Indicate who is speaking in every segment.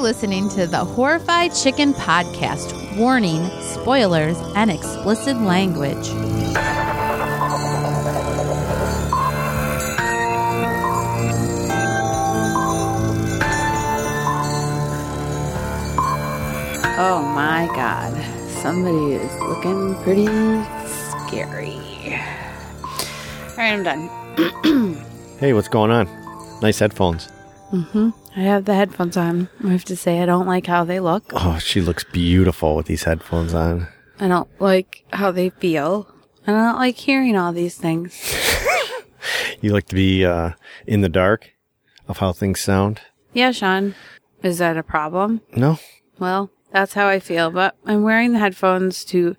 Speaker 1: listening to the Horrified Chicken Podcast. Warning, spoilers, and explicit language.
Speaker 2: Oh my god. Somebody is looking pretty scary. All right, I'm done.
Speaker 3: Hey, what's going on? Nice headphones.
Speaker 2: I have the headphones on. I have to say, I don't like how they look.
Speaker 3: Oh, she looks beautiful with these headphones on.
Speaker 2: I don't like how they feel. And I don't like hearing all these things.
Speaker 3: You like to be uh, in the dark of how things sound?
Speaker 2: Yeah, Sean, is that a problem?
Speaker 3: No?
Speaker 2: Well, that's how I feel, but I'm wearing the headphones to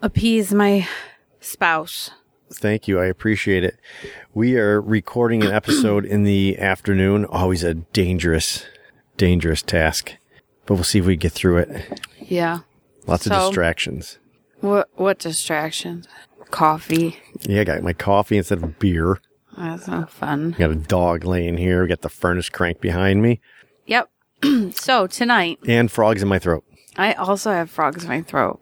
Speaker 2: appease my spouse.
Speaker 3: Thank you. I appreciate it. We are recording an episode in the afternoon. Always a dangerous, dangerous task. But we'll see if we get through it.
Speaker 2: Yeah.
Speaker 3: Lots of
Speaker 2: So-
Speaker 3: distractions.
Speaker 2: What what distractions? Coffee.
Speaker 3: Yeah, I got my coffee instead of beer.
Speaker 2: That's no fun.
Speaker 3: I got a dog laying here. We got the furnace crank behind me
Speaker 2: Yep. so tonight
Speaker 3: and frogs in my throat.
Speaker 2: I also have frogs in my throat.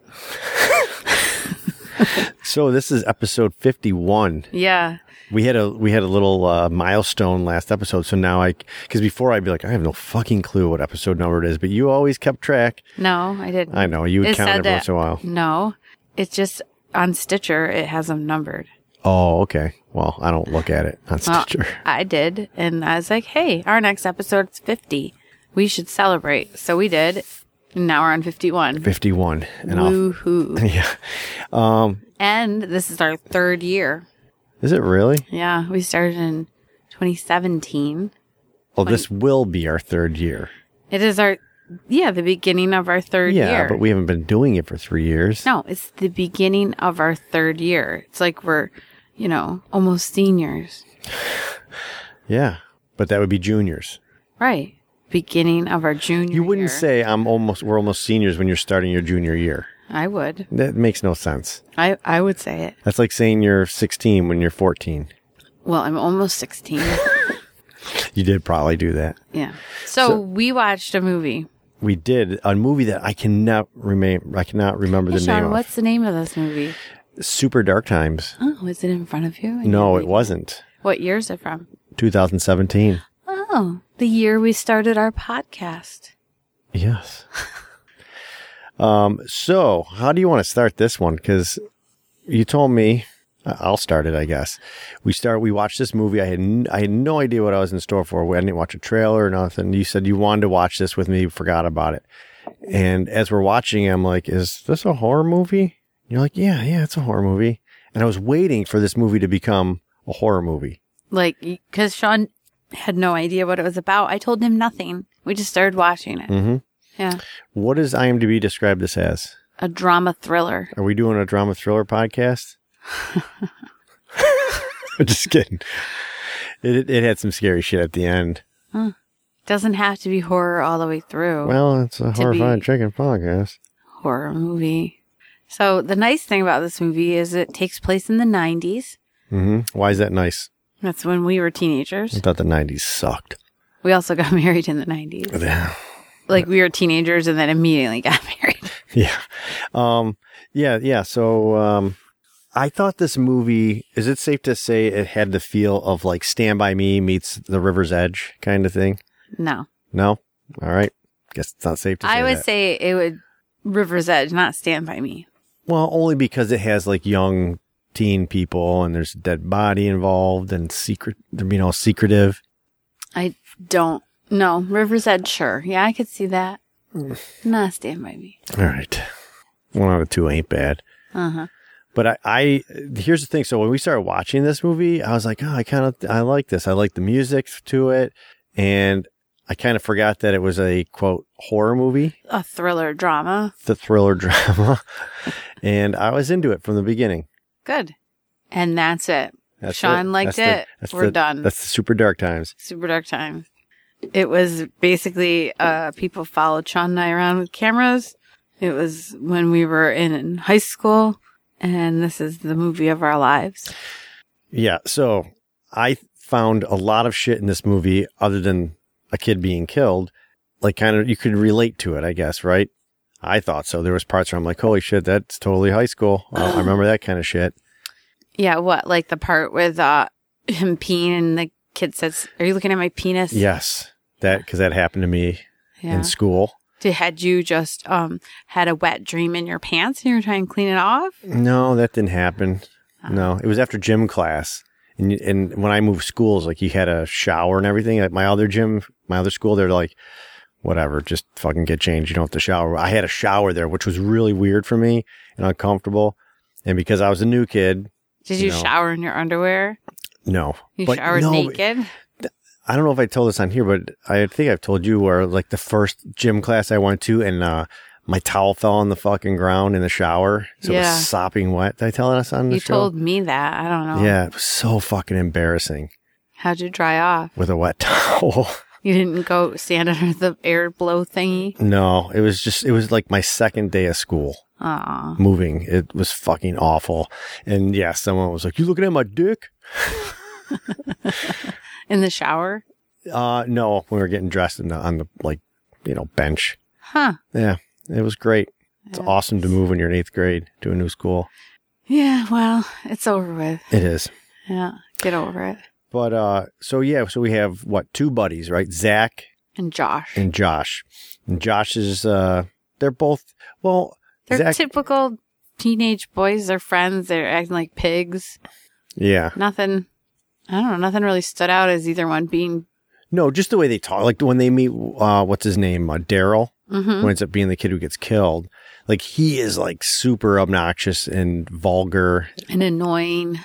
Speaker 3: So this is episode 51.
Speaker 2: Yeah.
Speaker 3: We had a we had a little uh, milestone last episode, so now I because before I'd be like I have no fucking clue what episode number it is, but you always kept track.
Speaker 2: No, I didn't.
Speaker 3: I know you would
Speaker 2: It
Speaker 3: count
Speaker 2: said
Speaker 3: every
Speaker 2: that-
Speaker 3: once in a while.
Speaker 2: No. It's just on Stitcher it has them numbered.
Speaker 3: Oh, okay. Well, I don't look at it on
Speaker 2: Well,
Speaker 3: Stitcher.
Speaker 2: I did and I was like, "Hey, our next episode's 50. We should celebrate." So we did. And now we're on 51.
Speaker 3: Fifty one, and I'll,
Speaker 2: Woohoo.
Speaker 3: yeah, Um,
Speaker 2: and this is our third year.
Speaker 3: is it really?
Speaker 2: Yeah, we started in 2017.
Speaker 3: Well, this will be our third year.
Speaker 2: It is our yeah, the beginning of our third
Speaker 3: Yeah,
Speaker 2: year.
Speaker 3: but we haven't been doing it for three years.
Speaker 2: No, it's the beginning of our third year. It's like we're, you know, almost seniors.
Speaker 3: Yeah, but that would be juniors.
Speaker 2: Right. Beginning of our junior
Speaker 3: You wouldn't
Speaker 2: year.
Speaker 3: say I'm almost we're almost seniors when you're starting your junior year.
Speaker 2: I would.
Speaker 3: That makes no sense.
Speaker 2: I, I would say it.
Speaker 3: That's like saying you're 16 when you're 14.
Speaker 2: Well, I'm almost 16.
Speaker 3: You did probably do that.
Speaker 2: yeah. So, we watched a movie.
Speaker 3: We did a movie that I cannot remain. I cannot remember
Speaker 2: Hey,
Speaker 3: the
Speaker 2: Sean,
Speaker 3: name
Speaker 2: what's the name of this movie?
Speaker 3: of. Super Dark Times.
Speaker 2: Oh, is it in front of you?
Speaker 3: No, it wasn't.
Speaker 2: What year is it from?
Speaker 3: 2017.
Speaker 2: Oh, the year we started our podcast.
Speaker 3: Yes. um. So, how do you want to start this one? Because you told me. I- I'll start it, I guess. We start. We watched this movie. I had n- I had no idea what I was in store for. I didn't watch a trailer or nothing. You said you wanted to watch this with me. Forgot about it. And as we're watching, I'm like, "Is this a horror movie?" And you're like, "Yeah, yeah, it's a horror movie." And I was waiting for this movie to become a horror movie.
Speaker 2: Like, because Sean had no idea what it was about. I told him nothing. We just started watching it.
Speaker 3: Mm-hmm.
Speaker 2: Yeah.
Speaker 3: What does IMDb describe this as?
Speaker 2: A drama thriller.
Speaker 3: Are we doing a drama thriller podcast? Just kidding. It it had some scary shit at the end.
Speaker 2: Doesn't have to be horror all the way through.
Speaker 3: Well, it's a
Speaker 2: To
Speaker 3: horrifying
Speaker 2: be-
Speaker 3: chicken podcast.
Speaker 2: horror movie. So the nice thing about this movie is it takes place in the 90s.
Speaker 3: hmm Why is that nice?
Speaker 2: That's when we were
Speaker 3: I
Speaker 2: teenagers.
Speaker 3: thought the '90s sucked.
Speaker 2: We also got married in the 90s.
Speaker 3: yeah.
Speaker 2: Like we were teenagers and then immediately got married.
Speaker 3: Um. Yeah. Yeah. So, um, I thought this movie. Is it safe to say it had the feel of like Stand by Me meets The River's Edge kind of thing?
Speaker 2: No.
Speaker 3: No. All right. Guess it's not safe to say.
Speaker 2: I would
Speaker 3: that.
Speaker 2: say it would River's Edge, not Stand By Me.
Speaker 3: Well, only because it has like young teen people and there's a dead body involved and secret, you know, secretive.
Speaker 2: I don't. No. River's Edge, sure. Yeah, I could see that. not Stand By Me.
Speaker 3: All right. One out of two ain't bad.
Speaker 2: Uh huh.
Speaker 3: But I, I, here's the thing. So when we started watching this movie, I was like, oh, I kind of, I like this. I like the music to it. And I kind of forgot that it was a quote horror movie,
Speaker 2: A thriller drama.
Speaker 3: the thriller drama. and I was into it from the beginning.
Speaker 2: Good. And that's it.
Speaker 3: That's
Speaker 2: Sean liked
Speaker 3: That's the-
Speaker 2: it.
Speaker 3: that's
Speaker 2: We're
Speaker 3: the-
Speaker 2: done.
Speaker 3: That's the super dark times.
Speaker 2: Super Dark Times. It was basically uh, people followed Sean and I around with cameras. It was when we were in high school, and this is the movie of our lives.
Speaker 3: Yeah. So I found a lot of shit in this movie other than a kid being killed like kind of you could relate to it, I guess, right? I thought so. There was parts where I'm like, holy shit, that's totally high school. I I remember that kind of shit.
Speaker 2: Yeah, what? Like the part with uh, him peeing and the kid says, Are you looking at my penis?
Speaker 3: Yes, that because that happened to me
Speaker 2: Yeah.
Speaker 3: in school.
Speaker 2: Did, had you just um had a wet dream in your pants and you were trying to clean it off?
Speaker 3: No, that didn't happen.
Speaker 2: Uh-huh.
Speaker 3: No, it was after gym class. And, you- and when I moved schools, like you had a shower and everything. At my other gym, my other school, they're like, whatever, just fucking get changed. You don't have to shower. I had a shower there, which was really weird for me and uncomfortable. And because I was a new kid,
Speaker 2: Did you
Speaker 3: No.
Speaker 2: shower in your underwear?
Speaker 3: no.
Speaker 2: You
Speaker 3: But
Speaker 2: showered
Speaker 3: no,
Speaker 2: naked?
Speaker 3: I don't know if I told this on here, but I think I've told you where like the first gym class I went to and uh, my towel fell on the fucking ground in the shower. So it
Speaker 2: Yeah.
Speaker 3: was sopping wet. Did I tell us on the
Speaker 2: You
Speaker 3: show?
Speaker 2: told me that. I don't know.
Speaker 3: Yeah, it was so fucking embarrassing
Speaker 2: How'd you dry off?
Speaker 3: with a wet towel.
Speaker 2: You didn't go stand under the air blow thingy?
Speaker 3: no, it was just, it was like my second day of school
Speaker 2: Aw.
Speaker 3: moving. It was fucking awful. And yeah, someone was like, You looking at my dick?
Speaker 2: In the shower?
Speaker 3: Uh, no, we were getting dressed in the, on the, like, you know, bench.
Speaker 2: Huh.
Speaker 3: Yeah, it was great. It's
Speaker 2: Yeah.
Speaker 3: awesome to move when you're in eighth grade to a new school.
Speaker 2: Yeah, well, it's over with.
Speaker 3: It is.
Speaker 2: Yeah. Get over it.
Speaker 3: But, uh, so yeah, so we have what, two buddies, right? Zach
Speaker 2: And Josh.
Speaker 3: and Josh. And Josh is, uh, they're both, well,
Speaker 2: They're
Speaker 3: Zach-
Speaker 2: typical teenage boys. They're friends. They're acting like pigs.
Speaker 3: yeah.
Speaker 2: Nothing. I don't know. Nothing really stood out as either one being.
Speaker 3: No, just the way they talk. Like when they meet, uh, what's his name, uh, Daryl,
Speaker 2: hmm
Speaker 3: who ends up being the kid who gets killed. Like he is like super obnoxious and vulgar.
Speaker 2: And annoying.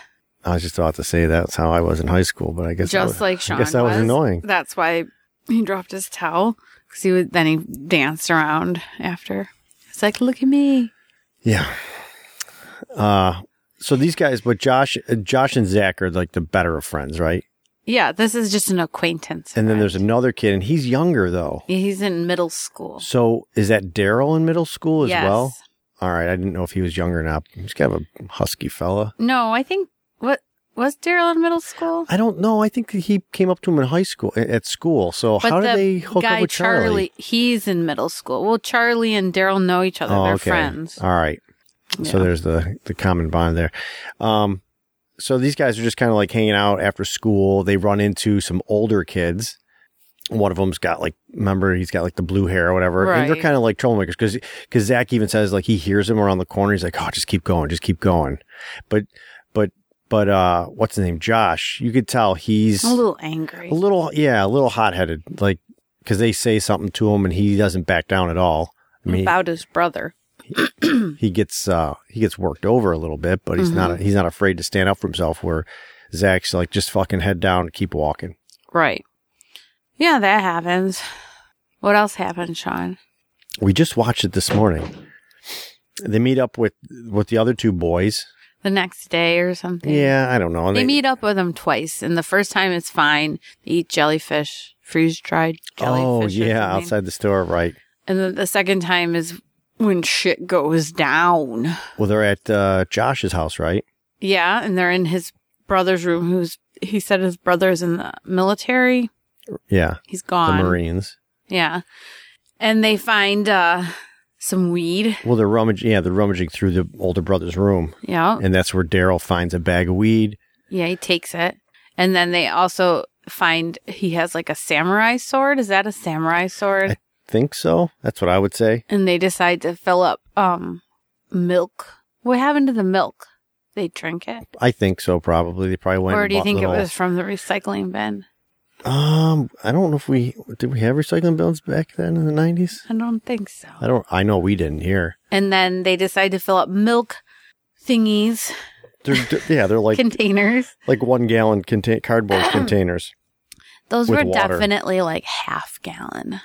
Speaker 3: I was just about to say that's how I was in high school, but I guess I
Speaker 2: just
Speaker 3: was,
Speaker 2: like Sean.
Speaker 3: I guess that was, annoying.
Speaker 2: That's why he dropped his towel because he would. Then he danced around after. It's like, look at me.
Speaker 3: Yeah. Uh, so these guys, but Josh, uh, Josh and Zach are like the better of friends, right?
Speaker 2: Yeah, this is just an acquaintance.
Speaker 3: And then
Speaker 2: friend.
Speaker 3: there's another kid, and he's younger though.
Speaker 2: Yeah, he's in middle school
Speaker 3: So is that Daryl in middle school as
Speaker 2: Yes.
Speaker 3: well? All right, I didn't know if he was younger or not. He's kind of a husky fella.
Speaker 2: No, I think what was Daryl in middle school.
Speaker 3: I don't know. I think that he came up to him in high school, at school. So how did they hook up with Charlie?
Speaker 2: he's in middle school. Well, Charlie and Daryl know each other. They're friends.
Speaker 3: All right. Oh, Uh, So
Speaker 2: Yeah.
Speaker 3: there's the the common bond there. Um, so these guys are just kind of like hanging out after school. They run into some older kids. One of them's got like, remember, he's got like the blue hair or whatever. And they're
Speaker 2: Right.
Speaker 3: kind of like troublemakers because because Zach even says like he hears him around the corner. He's like, oh, just keep going, just keep going. But but but uh, what's his name? Josh. You could tell he's
Speaker 2: I'm a little angry.
Speaker 3: a little yeah a little hot-headed like because they say something to him and he doesn't back down at all i mean
Speaker 2: about his brother. Mm-hmm.
Speaker 3: he gets uh he gets worked over a little bit but he's not he's not afraid to stand up for himself where zach's like just fucking head down and keep walking
Speaker 2: Right. Yeah, that happens. What else happened, Sean?
Speaker 3: we just watched it this morning they meet up with with the other two boys
Speaker 2: The next day or something?
Speaker 3: yeah i don't know
Speaker 2: They meet up with him twice, and the first time it's fine. They eat jellyfish, freeze dried
Speaker 3: oh
Speaker 2: jellyfish. or
Speaker 3: yeah
Speaker 2: something.
Speaker 3: outside the store right
Speaker 2: And then the second time is when shit goes down.
Speaker 3: well they're at uh josh's house right
Speaker 2: Yeah, and they're in his brother's room. Who's he said his brother's in the military.
Speaker 3: yeah
Speaker 2: He's
Speaker 3: the
Speaker 2: gone.
Speaker 3: marines
Speaker 2: Yeah, and they find uh some weed.
Speaker 3: well they're rummaging yeah they're rummaging through the older brother's room
Speaker 2: Yeah,
Speaker 3: and that's where daryl finds a bag of weed
Speaker 2: yeah, he takes it, and then they also find he has like a samurai sword. Is that a samurai sword?
Speaker 3: I- think so. That's what I would say.
Speaker 2: and they decide to fill up um milk. What happened to the milk? They drink it,
Speaker 3: I think so. Probably they probably went.
Speaker 2: or
Speaker 3: and
Speaker 2: do you
Speaker 3: bought
Speaker 2: think it
Speaker 3: little-
Speaker 2: was from the recycling bin?
Speaker 3: Um, I don't know if we did. We have recycling bins back then in the nineties.
Speaker 2: I don't think so.
Speaker 3: I don't. I know we didn't here.
Speaker 2: And then they decide to fill up milk thingies,
Speaker 3: They're, d- yeah, they're like
Speaker 2: containers.
Speaker 3: like one gallon contain cardboard containers.
Speaker 2: Those
Speaker 3: with
Speaker 2: were
Speaker 3: water.
Speaker 2: definitely like half gallon.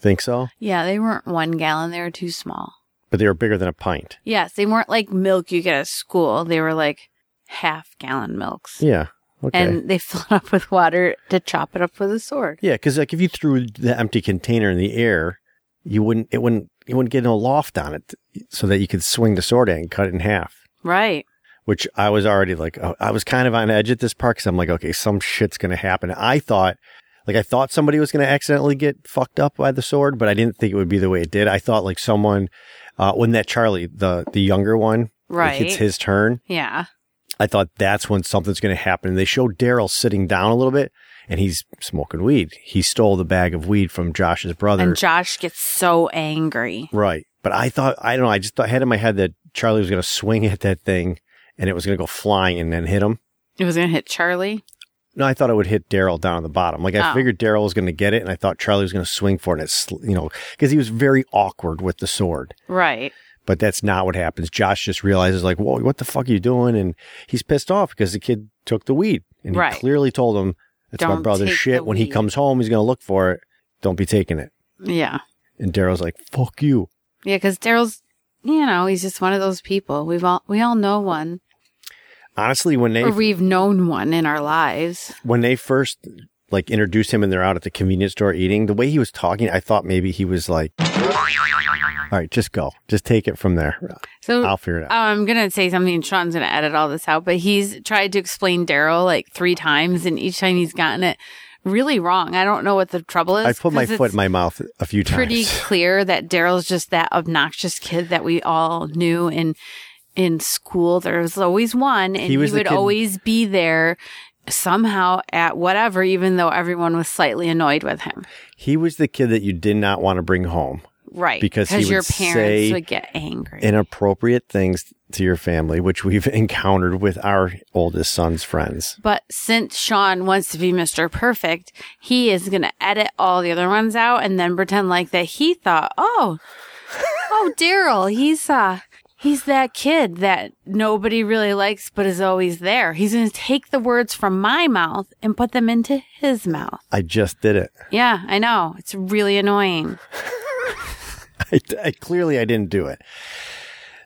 Speaker 3: Think so?
Speaker 2: Yeah, they weren't one gallon. They were too small.
Speaker 3: But they were bigger than a pint.
Speaker 2: Yes, they weren't like milk you get at school. They were like half gallon milks.
Speaker 3: Yeah. Okay.
Speaker 2: And they filled it up with water to chop it up with a sword.
Speaker 3: yeah, because like if you threw the empty container in the air, you wouldn't. It wouldn't. You wouldn't get no loft on it, so that you could swing the sword at and cut it in half.
Speaker 2: Right.
Speaker 3: which I was already like, oh, I was kind of on edge at this part because I'm like, okay, some shit's going to happen. I thought, Like I thought somebody was going to accidentally get fucked up by the sword, but I didn't think it would be the way it did. I thought like someone, uh, when that Charlie, the the younger one, like,
Speaker 2: Right.
Speaker 3: it's his turn.
Speaker 2: yeah.
Speaker 3: I thought that's when something's going to happen. They show Daryl sitting down a little bit, and he's smoking weed. He stole the bag of weed from Josh's brother.
Speaker 2: And Josh gets so angry.
Speaker 3: Right. But I thought, I don't know, I just thought, had in my head that Charlie was going to swing at that thing and it was going to go flying and then hit him.
Speaker 2: It was going to hit Charlie.
Speaker 3: No, I thought it would hit Daryl down at the bottom. Like I
Speaker 2: Oh.
Speaker 3: figured Daryl was going to get it and I thought Charlie was going to swing for it. And it sl- you know, because he was very awkward with the sword.
Speaker 2: Right.
Speaker 3: But that's not what happens. Josh just realizes, like, whoa, what the fuck are you doing? And he's pissed off because the kid took the weed. And he
Speaker 2: Right.
Speaker 3: clearly told him, it's my
Speaker 2: Don't
Speaker 3: brother's
Speaker 2: take
Speaker 3: shit.
Speaker 2: the
Speaker 3: When he
Speaker 2: weed."
Speaker 3: comes home, he's going to look for it. Don't be taking it.
Speaker 2: Yeah.
Speaker 3: And Daryl's like, fuck you.
Speaker 2: Yeah. Cause Daryl's, you know, he's just one of those people. We've all, we all know one
Speaker 3: Honestly, when they
Speaker 2: or we've known one in our lives.
Speaker 3: when they first like introduced him and they're out at the convenience store eating, the way he was talking, I thought maybe he was like, "All right, just go, just take it from there.
Speaker 2: So
Speaker 3: I'll figure it out."
Speaker 2: Oh, I'm going to say something and Sean's going to edit all this out, but he's tried to explain Daryl like three times and each time he's gotten it really wrong. I don't know what the trouble is.
Speaker 3: I put my
Speaker 2: 'cause
Speaker 3: foot
Speaker 2: it's
Speaker 3: in my mouth a few
Speaker 2: pretty
Speaker 3: times.
Speaker 2: clear that Daryl's just that obnoxious kid that we all knew and in school there was always one and
Speaker 3: He
Speaker 2: he,
Speaker 3: was the
Speaker 2: would
Speaker 3: kid-
Speaker 2: always be there somehow at whatever even though everyone was slightly annoyed with him
Speaker 3: He was the kid that you did not want to bring home.
Speaker 2: right
Speaker 3: Because he
Speaker 2: your
Speaker 3: would
Speaker 2: parents
Speaker 3: say
Speaker 2: would get angry
Speaker 3: Inappropriate things to your family, which we've encountered with our oldest son's friends.
Speaker 2: But since Sean wants to be Mr. Perfect, he is going to edit all the other ones out and then pretend like that he thought, oh, oh, Daryl, he's, uh, he's that kid that nobody really likes, but is always there. He's going to take the words from my mouth and put them into his mouth.
Speaker 3: I just did it.
Speaker 2: Yeah, I know. It's really annoying.
Speaker 3: I, I- clearly I didn't do it.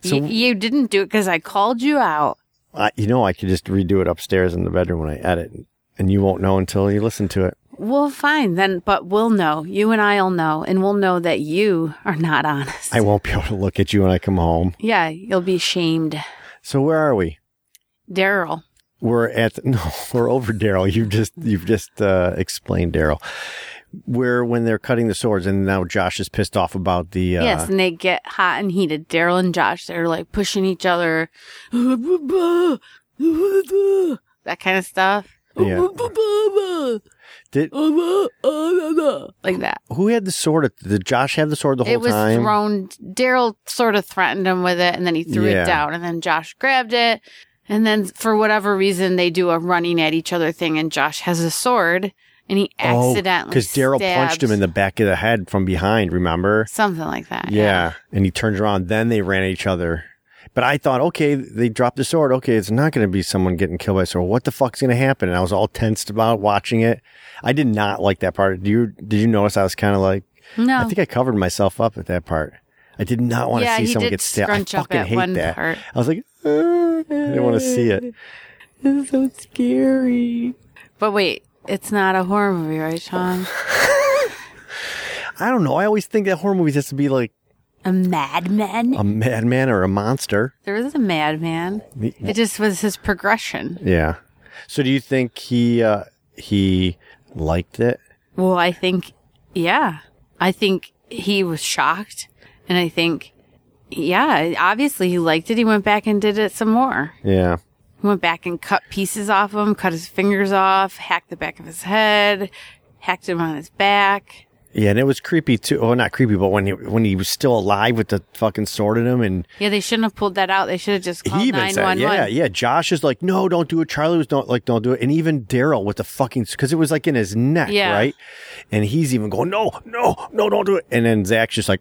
Speaker 3: So-
Speaker 2: Y- you didn't do it because I called you out.
Speaker 3: I, you know, I could just redo it upstairs in the bedroom when I edit, and you won't know until you listen to it.
Speaker 2: Well, fine then, but we'll know. You and I'll know, and we'll know that you are not honest.
Speaker 3: I won't be able to look at you when I come home.
Speaker 2: Yeah, you'll be shamed.
Speaker 3: So where are we?
Speaker 2: Daryl.
Speaker 3: We're at no, we're over Daryl. You've just you've just uh, explained Daryl. Where when they're cutting the swords, and now Josh is pissed off about the uh,
Speaker 2: Yes, and they get hot and heated. Daryl and Josh, they're like pushing each other. That kind of stuff.
Speaker 3: Yeah. Did-
Speaker 2: Like that.
Speaker 3: who had the sword? At, did Josh have the sword the whole
Speaker 2: It was
Speaker 3: time?
Speaker 2: thrown. Daryl sort of threatened him with it, and then he threw
Speaker 3: Yeah.
Speaker 2: it down, and then Josh grabbed it. And then for whatever reason, they do a running at each other thing, and Josh has a sword, and he accidentally
Speaker 3: because Oh, Daryl punched him in the back of the head from behind. Remember?
Speaker 2: something like that.
Speaker 3: Yeah. and he turns around. Then they ran at each other. But I thought, okay, they dropped the sword. Okay, it's not going to be someone getting killed by a sword. What the fuck's going to happen? And I was all tensed about watching it. I did not like that part. Do you? Did you notice? I was kind of like,
Speaker 2: No.
Speaker 3: I think I covered myself up at that part. I did not want to
Speaker 2: Oh. yeah,
Speaker 3: see
Speaker 2: he
Speaker 3: someone
Speaker 2: did
Speaker 3: get stabbed. I
Speaker 2: scrunch up
Speaker 3: fucking
Speaker 2: at
Speaker 3: hate
Speaker 2: one
Speaker 3: that.
Speaker 2: part.
Speaker 3: I was like, "Uh, I didn't want to see it.
Speaker 2: It's so scary. But wait, it's not a horror movie, right, Sean?
Speaker 3: I don't know. I always think that horror movies has to be like
Speaker 2: a madman?
Speaker 3: a madman or a monster.
Speaker 2: There was a madman. It just was his progression.
Speaker 3: Yeah. So do you think he uh, he liked it?
Speaker 2: Well, I think, yeah. I think he was shocked. And I think, yeah, obviously he liked it. He went back and did it some more.
Speaker 3: Yeah.
Speaker 2: He went back and cut pieces off him, cut his fingers off, hacked the back of his head, hacked him on his back.
Speaker 3: Yeah, and it was creepy too. Oh, not creepy, but when he when he was still alive with the fucking sword in him, and
Speaker 2: Yeah, they shouldn't have pulled that out. They should have just
Speaker 3: he
Speaker 2: called
Speaker 3: even said,
Speaker 2: 911.
Speaker 3: "Yeah, yeah." Josh is like, "No, don't do it." Charlie was don't like, "Don't do it," and even Daryl with the fucking because it was like in his neck,
Speaker 2: Yeah.
Speaker 3: right? And he's even going, "No, no, no, don't do it." And then Zach's just like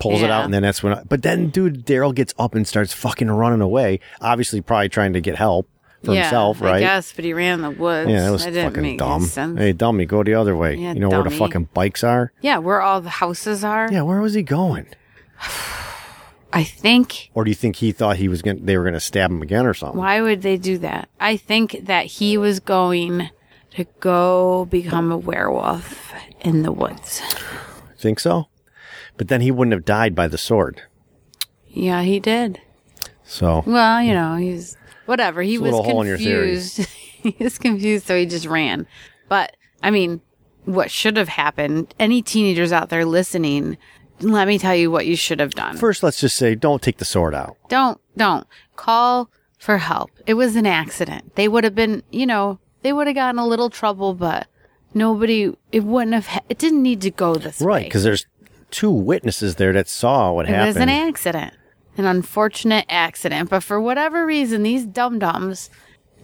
Speaker 3: pulls it
Speaker 2: Yeah.
Speaker 3: out, and then that's when. I, but then, dude, Daryl gets up and starts fucking running away. Obviously, probably trying to get help for himself, right?
Speaker 2: I guess, but he ran in the woods.
Speaker 3: Yeah, that was
Speaker 2: That didn't make
Speaker 3: fucking
Speaker 2: any
Speaker 3: dumb.
Speaker 2: sense.
Speaker 3: Hey, dummy, go the other way.
Speaker 2: Yeah,
Speaker 3: you know where the
Speaker 2: dummy.
Speaker 3: fucking bikes are?
Speaker 2: Yeah, where all the houses are.
Speaker 3: Yeah, where was he going?
Speaker 2: I think.
Speaker 3: Or do you think he thought he was going? They were going to stab him again or something?
Speaker 2: Why would they do that? I think that he was going to go become a werewolf in the woods.
Speaker 3: Think so? But then he wouldn't have died by the sword.
Speaker 2: Yeah, he did.
Speaker 3: So
Speaker 2: Well, you know, he's whatever. He
Speaker 3: Hmm.
Speaker 2: was
Speaker 3: It's a little hole in your theory.
Speaker 2: confused. he was confused, so he just ran. But I mean, what should have happened. Any teenagers out there listening, let me tell you what you should have done.
Speaker 3: First, let's just say don't take the sword out.
Speaker 2: don't, don't call for help. It was an accident. They would have been, you know, they would have gotten a little trouble, but nobody, it wouldn't have, ha- it didn't need to go this
Speaker 3: Right,
Speaker 2: way.
Speaker 3: because there's two witnesses there that saw what
Speaker 2: It
Speaker 3: happened.
Speaker 2: was an accident, an unfortunate accident. But for whatever reason, these dum dums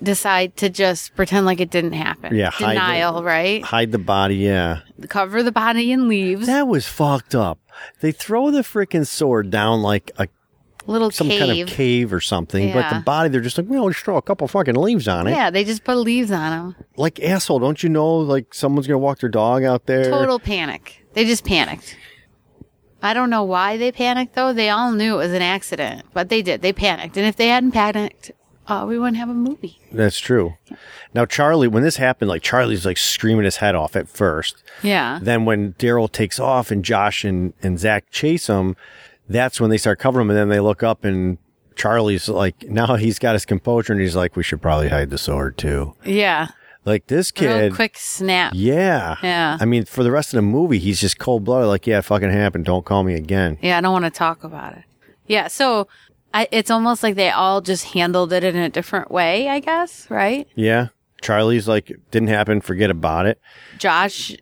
Speaker 2: decide to just pretend like it didn't happen.
Speaker 3: Yeah, hide it.
Speaker 2: denial, right?
Speaker 3: Hide the body, yeah.
Speaker 2: Cover the body in leaves.
Speaker 3: That was fucked up. They throw the freaking sword down like a
Speaker 2: little
Speaker 3: some
Speaker 2: cave.
Speaker 3: kind of cave or something, but
Speaker 2: Yeah.
Speaker 3: the body they're just like, well, just throw a couple fucking leaves on it.
Speaker 2: yeah, they just put leaves on them.
Speaker 3: Like asshole, don't you know? Like someone's gonna walk their dog out there.
Speaker 2: Total panic. They just panicked. I don't know why they panicked though. They all knew it was an accident, but they did. They panicked, and if they hadn't panicked, uh, we wouldn't have a movie.
Speaker 3: That's true. Now Charlie, when this happened, like Charlie's like screaming his head off at first.
Speaker 2: Yeah.
Speaker 3: Then when Daryl takes off and Josh and, and Zach chase him, that's when they start covering him. And then they look up and Charlie's like, now he's got his composure and he's like, we should probably hide the sword too.
Speaker 2: Yeah.
Speaker 3: Like this
Speaker 2: Real
Speaker 3: kid.
Speaker 2: quick snap.
Speaker 3: Yeah.
Speaker 2: Yeah.
Speaker 3: I mean, for the rest of the movie, he's just cold blooded. Like, yeah, it fucking happened. Don't call me again.
Speaker 2: Yeah, I don't want to talk about it. Yeah, so I, it's almost like they all just handled it in a different way, I guess, right?
Speaker 3: Yeah. Charlie's like, didn't happen. Forget about it.
Speaker 2: Josh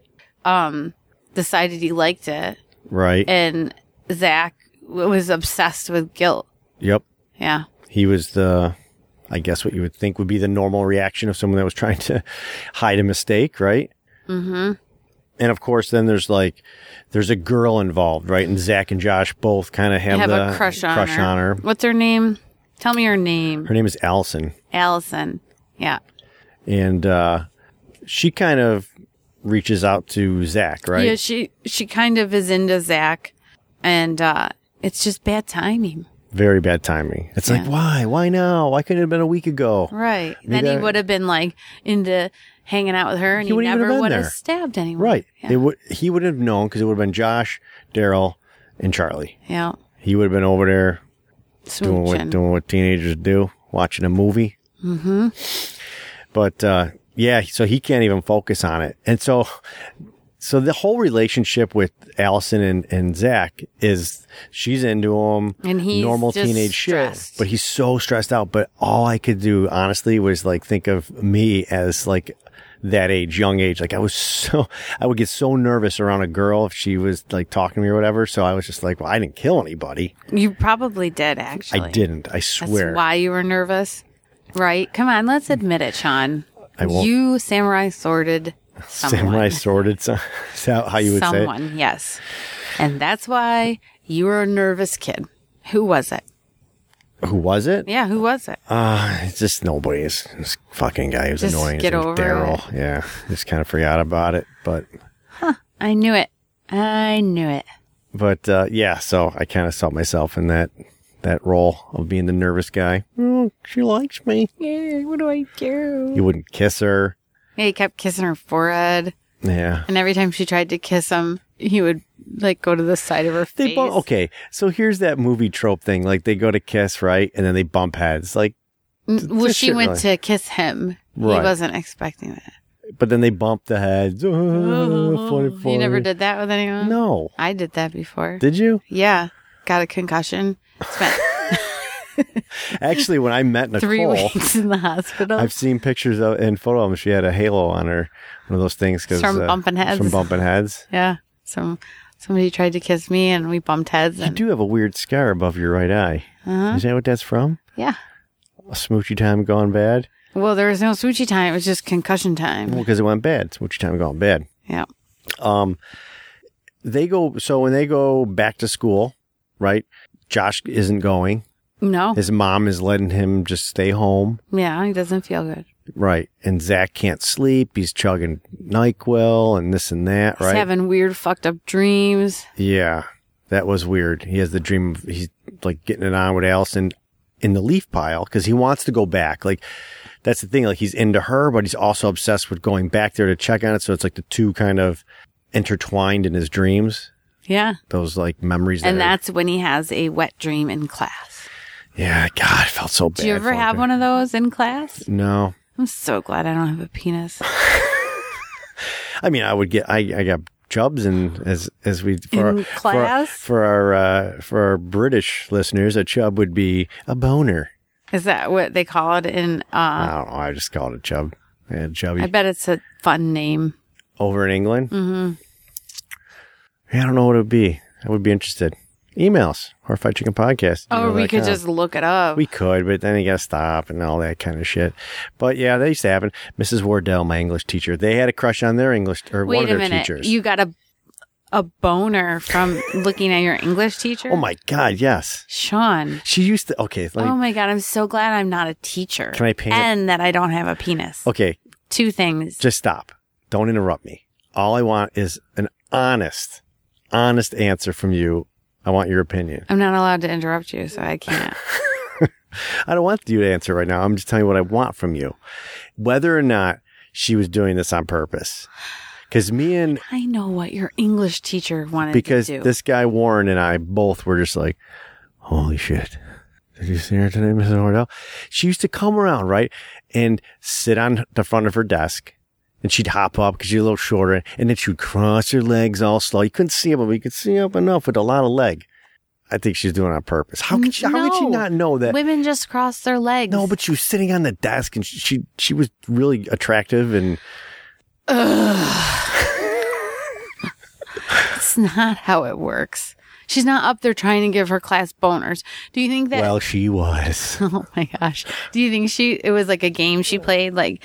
Speaker 2: um decided he liked it,
Speaker 3: Right.
Speaker 2: and Zach w- was obsessed with guilt.
Speaker 3: yep.
Speaker 2: Yeah,
Speaker 3: He was the, I guess, what you would think would be the normal reaction of someone that was trying to hide a mistake, right? Mm hmm.
Speaker 2: Mm-hmm.
Speaker 3: And of course, then there's like, there's a girl involved, right? And Zach and Josh both kind of have,
Speaker 2: have
Speaker 3: the
Speaker 2: a crush on
Speaker 3: crush
Speaker 2: her.
Speaker 3: on her.
Speaker 2: What's her name? Tell me her name,
Speaker 3: Her name is Allison.
Speaker 2: Allison. Yeah,
Speaker 3: And, uh, she kind of reaches out to Zach, right?
Speaker 2: yeah. She she kind of is into Zach, and uh it's just bad timing,
Speaker 3: Very bad timing. It's like, why? Why now? Why couldn't it have been a week ago?
Speaker 2: right? then he
Speaker 3: that-
Speaker 2: would have been like into hanging out with her, and
Speaker 3: He
Speaker 2: he,
Speaker 3: wouldn't even
Speaker 2: never
Speaker 3: have been
Speaker 2: would have
Speaker 3: there.
Speaker 2: stabbed anyone,
Speaker 3: Right.
Speaker 2: Yeah.
Speaker 3: They would. He would have known because it would have been Josh, Daryl, and Charlie.
Speaker 2: Yeah.
Speaker 3: He would have been over there doing what
Speaker 2: Smooching.
Speaker 3: doing what teenagers do, watching a movie. Mm-hmm. But uh, yeah, so he can't even focus on it, and so so the whole relationship with Allison and and Zach is she's into him,
Speaker 2: And he's
Speaker 3: normal
Speaker 2: just
Speaker 3: teenage shit,
Speaker 2: stressed.
Speaker 3: but he's so stressed out. But all I could do honestly was like think of me as like that age, young age. Like I was so I would get so nervous around a girl if she was like talking to me or whatever. So I was just like, well, I didn't kill anybody.
Speaker 2: You probably did, actually.
Speaker 3: I didn't. I
Speaker 2: That's
Speaker 3: swear.
Speaker 2: why you were nervous, right? Come on, let's admit it, Sean.
Speaker 3: I won't.
Speaker 2: You samurai sworded someone.
Speaker 3: Samurai sworded. So, is that how you would say? It?
Speaker 2: someone, yes. And that's why you were a nervous kid. Who was it?
Speaker 3: Who was it?
Speaker 2: Yeah, who was it?
Speaker 3: Uh, It's just nobody. It's this fucking guy who's
Speaker 2: Just
Speaker 3: annoying. His
Speaker 2: get
Speaker 3: name's
Speaker 2: over
Speaker 3: Daryl. Yeah, just kind of forgot about it. But
Speaker 2: I knew it. I knew it.
Speaker 3: but uh, yeah, so I kind of saw myself in that that role of being the nervous guy. Oh, she likes me.
Speaker 2: Yeah, what do I do?
Speaker 3: You wouldn't kiss her.
Speaker 2: Yeah, he kept kissing her forehead,
Speaker 3: Yeah.
Speaker 2: and every time she tried to kiss him, he would like go to the side of her face.
Speaker 3: They bump, okay, so here's that movie trope thing. Like they go to kiss, right, and then they bump heads. Like,
Speaker 2: N- Well,
Speaker 3: just
Speaker 2: she
Speaker 3: shit,
Speaker 2: went
Speaker 3: really.
Speaker 2: to kiss him.
Speaker 3: Right.
Speaker 2: He wasn't expecting that.
Speaker 3: but then they bump the heads. Oh, funny,
Speaker 2: You never
Speaker 3: funny.
Speaker 2: did that with anyone?
Speaker 3: No,
Speaker 2: I did that before.
Speaker 3: did you?
Speaker 2: yeah. Got a concussion. Spent
Speaker 3: Actually, when I met Nicole,
Speaker 2: three weeks in the hospital.
Speaker 3: I've seen pictures of and photo of them. She had a halo on her, one of those things. 'cause,
Speaker 2: From bumping heads.
Speaker 3: From bumping heads.
Speaker 2: yeah. Some somebody tried to kiss me and we bumped heads
Speaker 3: You
Speaker 2: and uh-huh.
Speaker 3: do have a weird scar above your right eye. Is that what that's from?
Speaker 2: yeah.
Speaker 3: A smoochy time gone bad?
Speaker 2: Well, there was no switchy time. It was just concussion time.
Speaker 3: Well, because it went bad. Smoochy time gone bad. Um,
Speaker 2: Yeah.
Speaker 3: They go, so when they go back to school, right? Josh isn't going.
Speaker 2: No.
Speaker 3: His mom is letting him just stay home.
Speaker 2: Yeah. He doesn't feel good.
Speaker 3: Right. And Zach can't sleep. He's chugging NyQuil and this and that,
Speaker 2: He's
Speaker 3: right?
Speaker 2: having weird fucked up dreams.
Speaker 3: Yeah, that was weird. He has the dream of he's like getting it on with Allison in the leaf pile because he wants to go back. Like that's the thing. Like he's into her, but he's also obsessed with going back there to check on it. So it's like the two kind of intertwined in his dreams.
Speaker 2: Yeah.
Speaker 3: Those like memories.
Speaker 2: And
Speaker 3: that are-
Speaker 2: that's when he has a wet dream in class.
Speaker 3: yeah. God, it felt so bad.
Speaker 2: Do you ever
Speaker 3: for
Speaker 2: have
Speaker 3: him.
Speaker 2: one of those in class?
Speaker 3: No.
Speaker 2: I'm so glad I don't have a penis.
Speaker 3: I mean, I would get I, I got chubs and as as we for
Speaker 2: In
Speaker 3: our,
Speaker 2: class?
Speaker 3: for our, for our uh, for our British listeners, a chub would be a boner.
Speaker 2: Is that what they call it in uh
Speaker 3: I don't know. I just call it a chub. Yeah, chubby
Speaker 2: I bet it's a fun name.
Speaker 3: over in England. Mm-hmm. Yeah, I don't know what it would be. I would be interested. Emails or fried chicken podcast.
Speaker 2: Oh, we could just look it up.
Speaker 3: We could, but then you got to stop and all that kind of shit. But yeah, that used to happen. Mrs. Wardell, my English teacher, they had a crush on their English or one
Speaker 2: Wait
Speaker 3: of
Speaker 2: a
Speaker 3: their
Speaker 2: minute.
Speaker 3: teachers.
Speaker 2: You got a a boner from looking at your English teacher?
Speaker 3: oh my god, yes.
Speaker 2: Sean.
Speaker 3: She used to. Okay, let me,
Speaker 2: oh my god, I'm so glad I'm not a teacher.
Speaker 3: Can I paint it-
Speaker 2: And that I don't have a penis.
Speaker 3: okay.
Speaker 2: Two things.
Speaker 3: Just stop. Don't interrupt me. All I want is an honest, honest answer from you. I want your opinion.
Speaker 2: I'm not allowed to interrupt you, so I can't.
Speaker 3: I don't want you to answer right now. I'm just telling you what I want from you. Whether or not she was doing this on purpose. Because me and
Speaker 2: I know what your English teacher wanted
Speaker 3: because
Speaker 2: to do.
Speaker 3: this guy Warren and I both were just like, "Holy shit! Did you see her today, Mrs. Wardell?" She used to come around right and sit on the front of her desk, and she'd hop up because she's a little shorter, and then she'd cross her legs all slow. You couldn't see up, but you could see up enough with a lot of leg. I think she's doing it on purpose. How could she? How could she
Speaker 2: No.
Speaker 3: not know that?
Speaker 2: Women just cross their legs.
Speaker 3: No, but she was sitting on the desk, and she she, she was really attractive, and
Speaker 2: That's not how it works. She's not up there trying to give her class boners. Do you think that?
Speaker 3: well, she was.
Speaker 2: oh my gosh. Do you think she? It was like a game she played. Like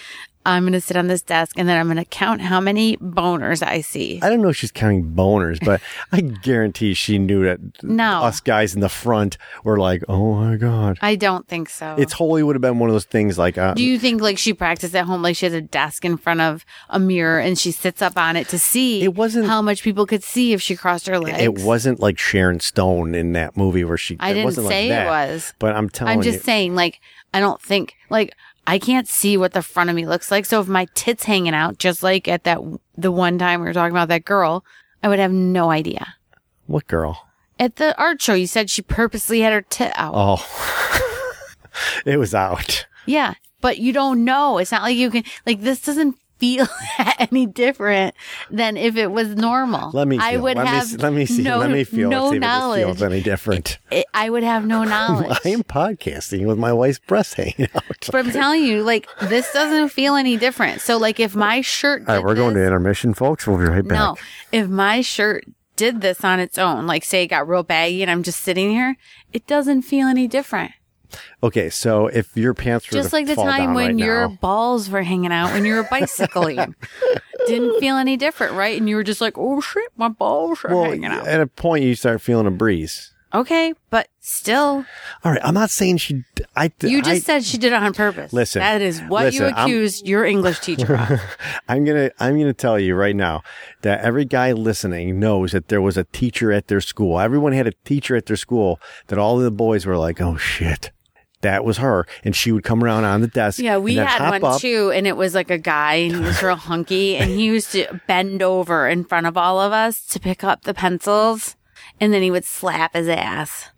Speaker 2: I'm going to sit on this desk and then I'm going to count how many boners I see.
Speaker 3: I don't know if she's counting boners, but I guarantee she knew that
Speaker 2: No.
Speaker 3: us guys in the front were like, "Oh my god!"
Speaker 2: I don't think so.
Speaker 3: It's wholly would have been one of those things like, uh,
Speaker 2: Do you think like she practiced at home? Like she has a desk in front of a mirror and she sits up on it to see
Speaker 3: It wasn't-
Speaker 2: how much people could see if she crossed her legs.
Speaker 3: "It wasn't like Sharon Stone in that movie where she."
Speaker 2: I
Speaker 3: it
Speaker 2: didn't
Speaker 3: wasn't like
Speaker 2: say
Speaker 3: that.
Speaker 2: it was.
Speaker 3: but I'm telling
Speaker 2: I'm just
Speaker 3: you,
Speaker 2: saying, like, I don't think, like, I can't see what the front of me looks like. So if my tits hanging out, just like at that the one time we were talking about that girl, I would have no idea.
Speaker 3: what girl?
Speaker 2: At the art show, you said she purposely had her tit out.
Speaker 3: Oh, it was out.
Speaker 2: Yeah, but you don't know. It's not like you can like this doesn't feel any different than if it was normal.
Speaker 3: Let me. Feel.
Speaker 2: I would
Speaker 3: let
Speaker 2: have.
Speaker 3: Me, let me see.
Speaker 2: No,
Speaker 3: let me feel.
Speaker 2: no
Speaker 3: and see
Speaker 2: knowledge.
Speaker 3: If it feels any different?
Speaker 2: It- I would have no knowledge.
Speaker 3: I am podcasting with my wife's breast hanging out.
Speaker 2: But I'm telling you, like this doesn't feel any different. So like if my shirt,
Speaker 3: All right,
Speaker 2: did
Speaker 3: we're going
Speaker 2: this-
Speaker 3: to intermission, folks. We'll be right back.
Speaker 2: No, if my shirt did this on its own, like say it got real baggy and I'm just sitting here, it doesn't feel any different.
Speaker 3: Okay, so if your pants were
Speaker 2: Just
Speaker 3: to
Speaker 2: like the
Speaker 3: fall
Speaker 2: time
Speaker 3: down
Speaker 2: when
Speaker 3: right
Speaker 2: your
Speaker 3: now,
Speaker 2: balls were hanging out when you were bicycling, didn't feel any different, right? And you were just like, oh shit, my balls are
Speaker 3: well,
Speaker 2: hanging out.
Speaker 3: at a point you start feeling a breeze.
Speaker 2: Okay, but still,
Speaker 3: All right, I'm not saying she. I
Speaker 2: you just
Speaker 3: I,
Speaker 2: said she did it on purpose.
Speaker 3: Listen,
Speaker 2: that is what you
Speaker 3: listen, I'm-
Speaker 2: accused your English teacher of.
Speaker 3: I'm gonna I'm gonna tell you right now that every guy listening knows that there was a teacher at their school. Everyone had a teacher at their school that all of the boys were like, "Oh shit, that was her," and she would come around on the desk.
Speaker 2: Yeah, we
Speaker 3: and then
Speaker 2: had
Speaker 3: hop
Speaker 2: one
Speaker 3: up.
Speaker 2: too, and it was like a guy, and he was real hunky, and he used to bend over in front of all of us to pick up the pencils, and then he would slap his ass.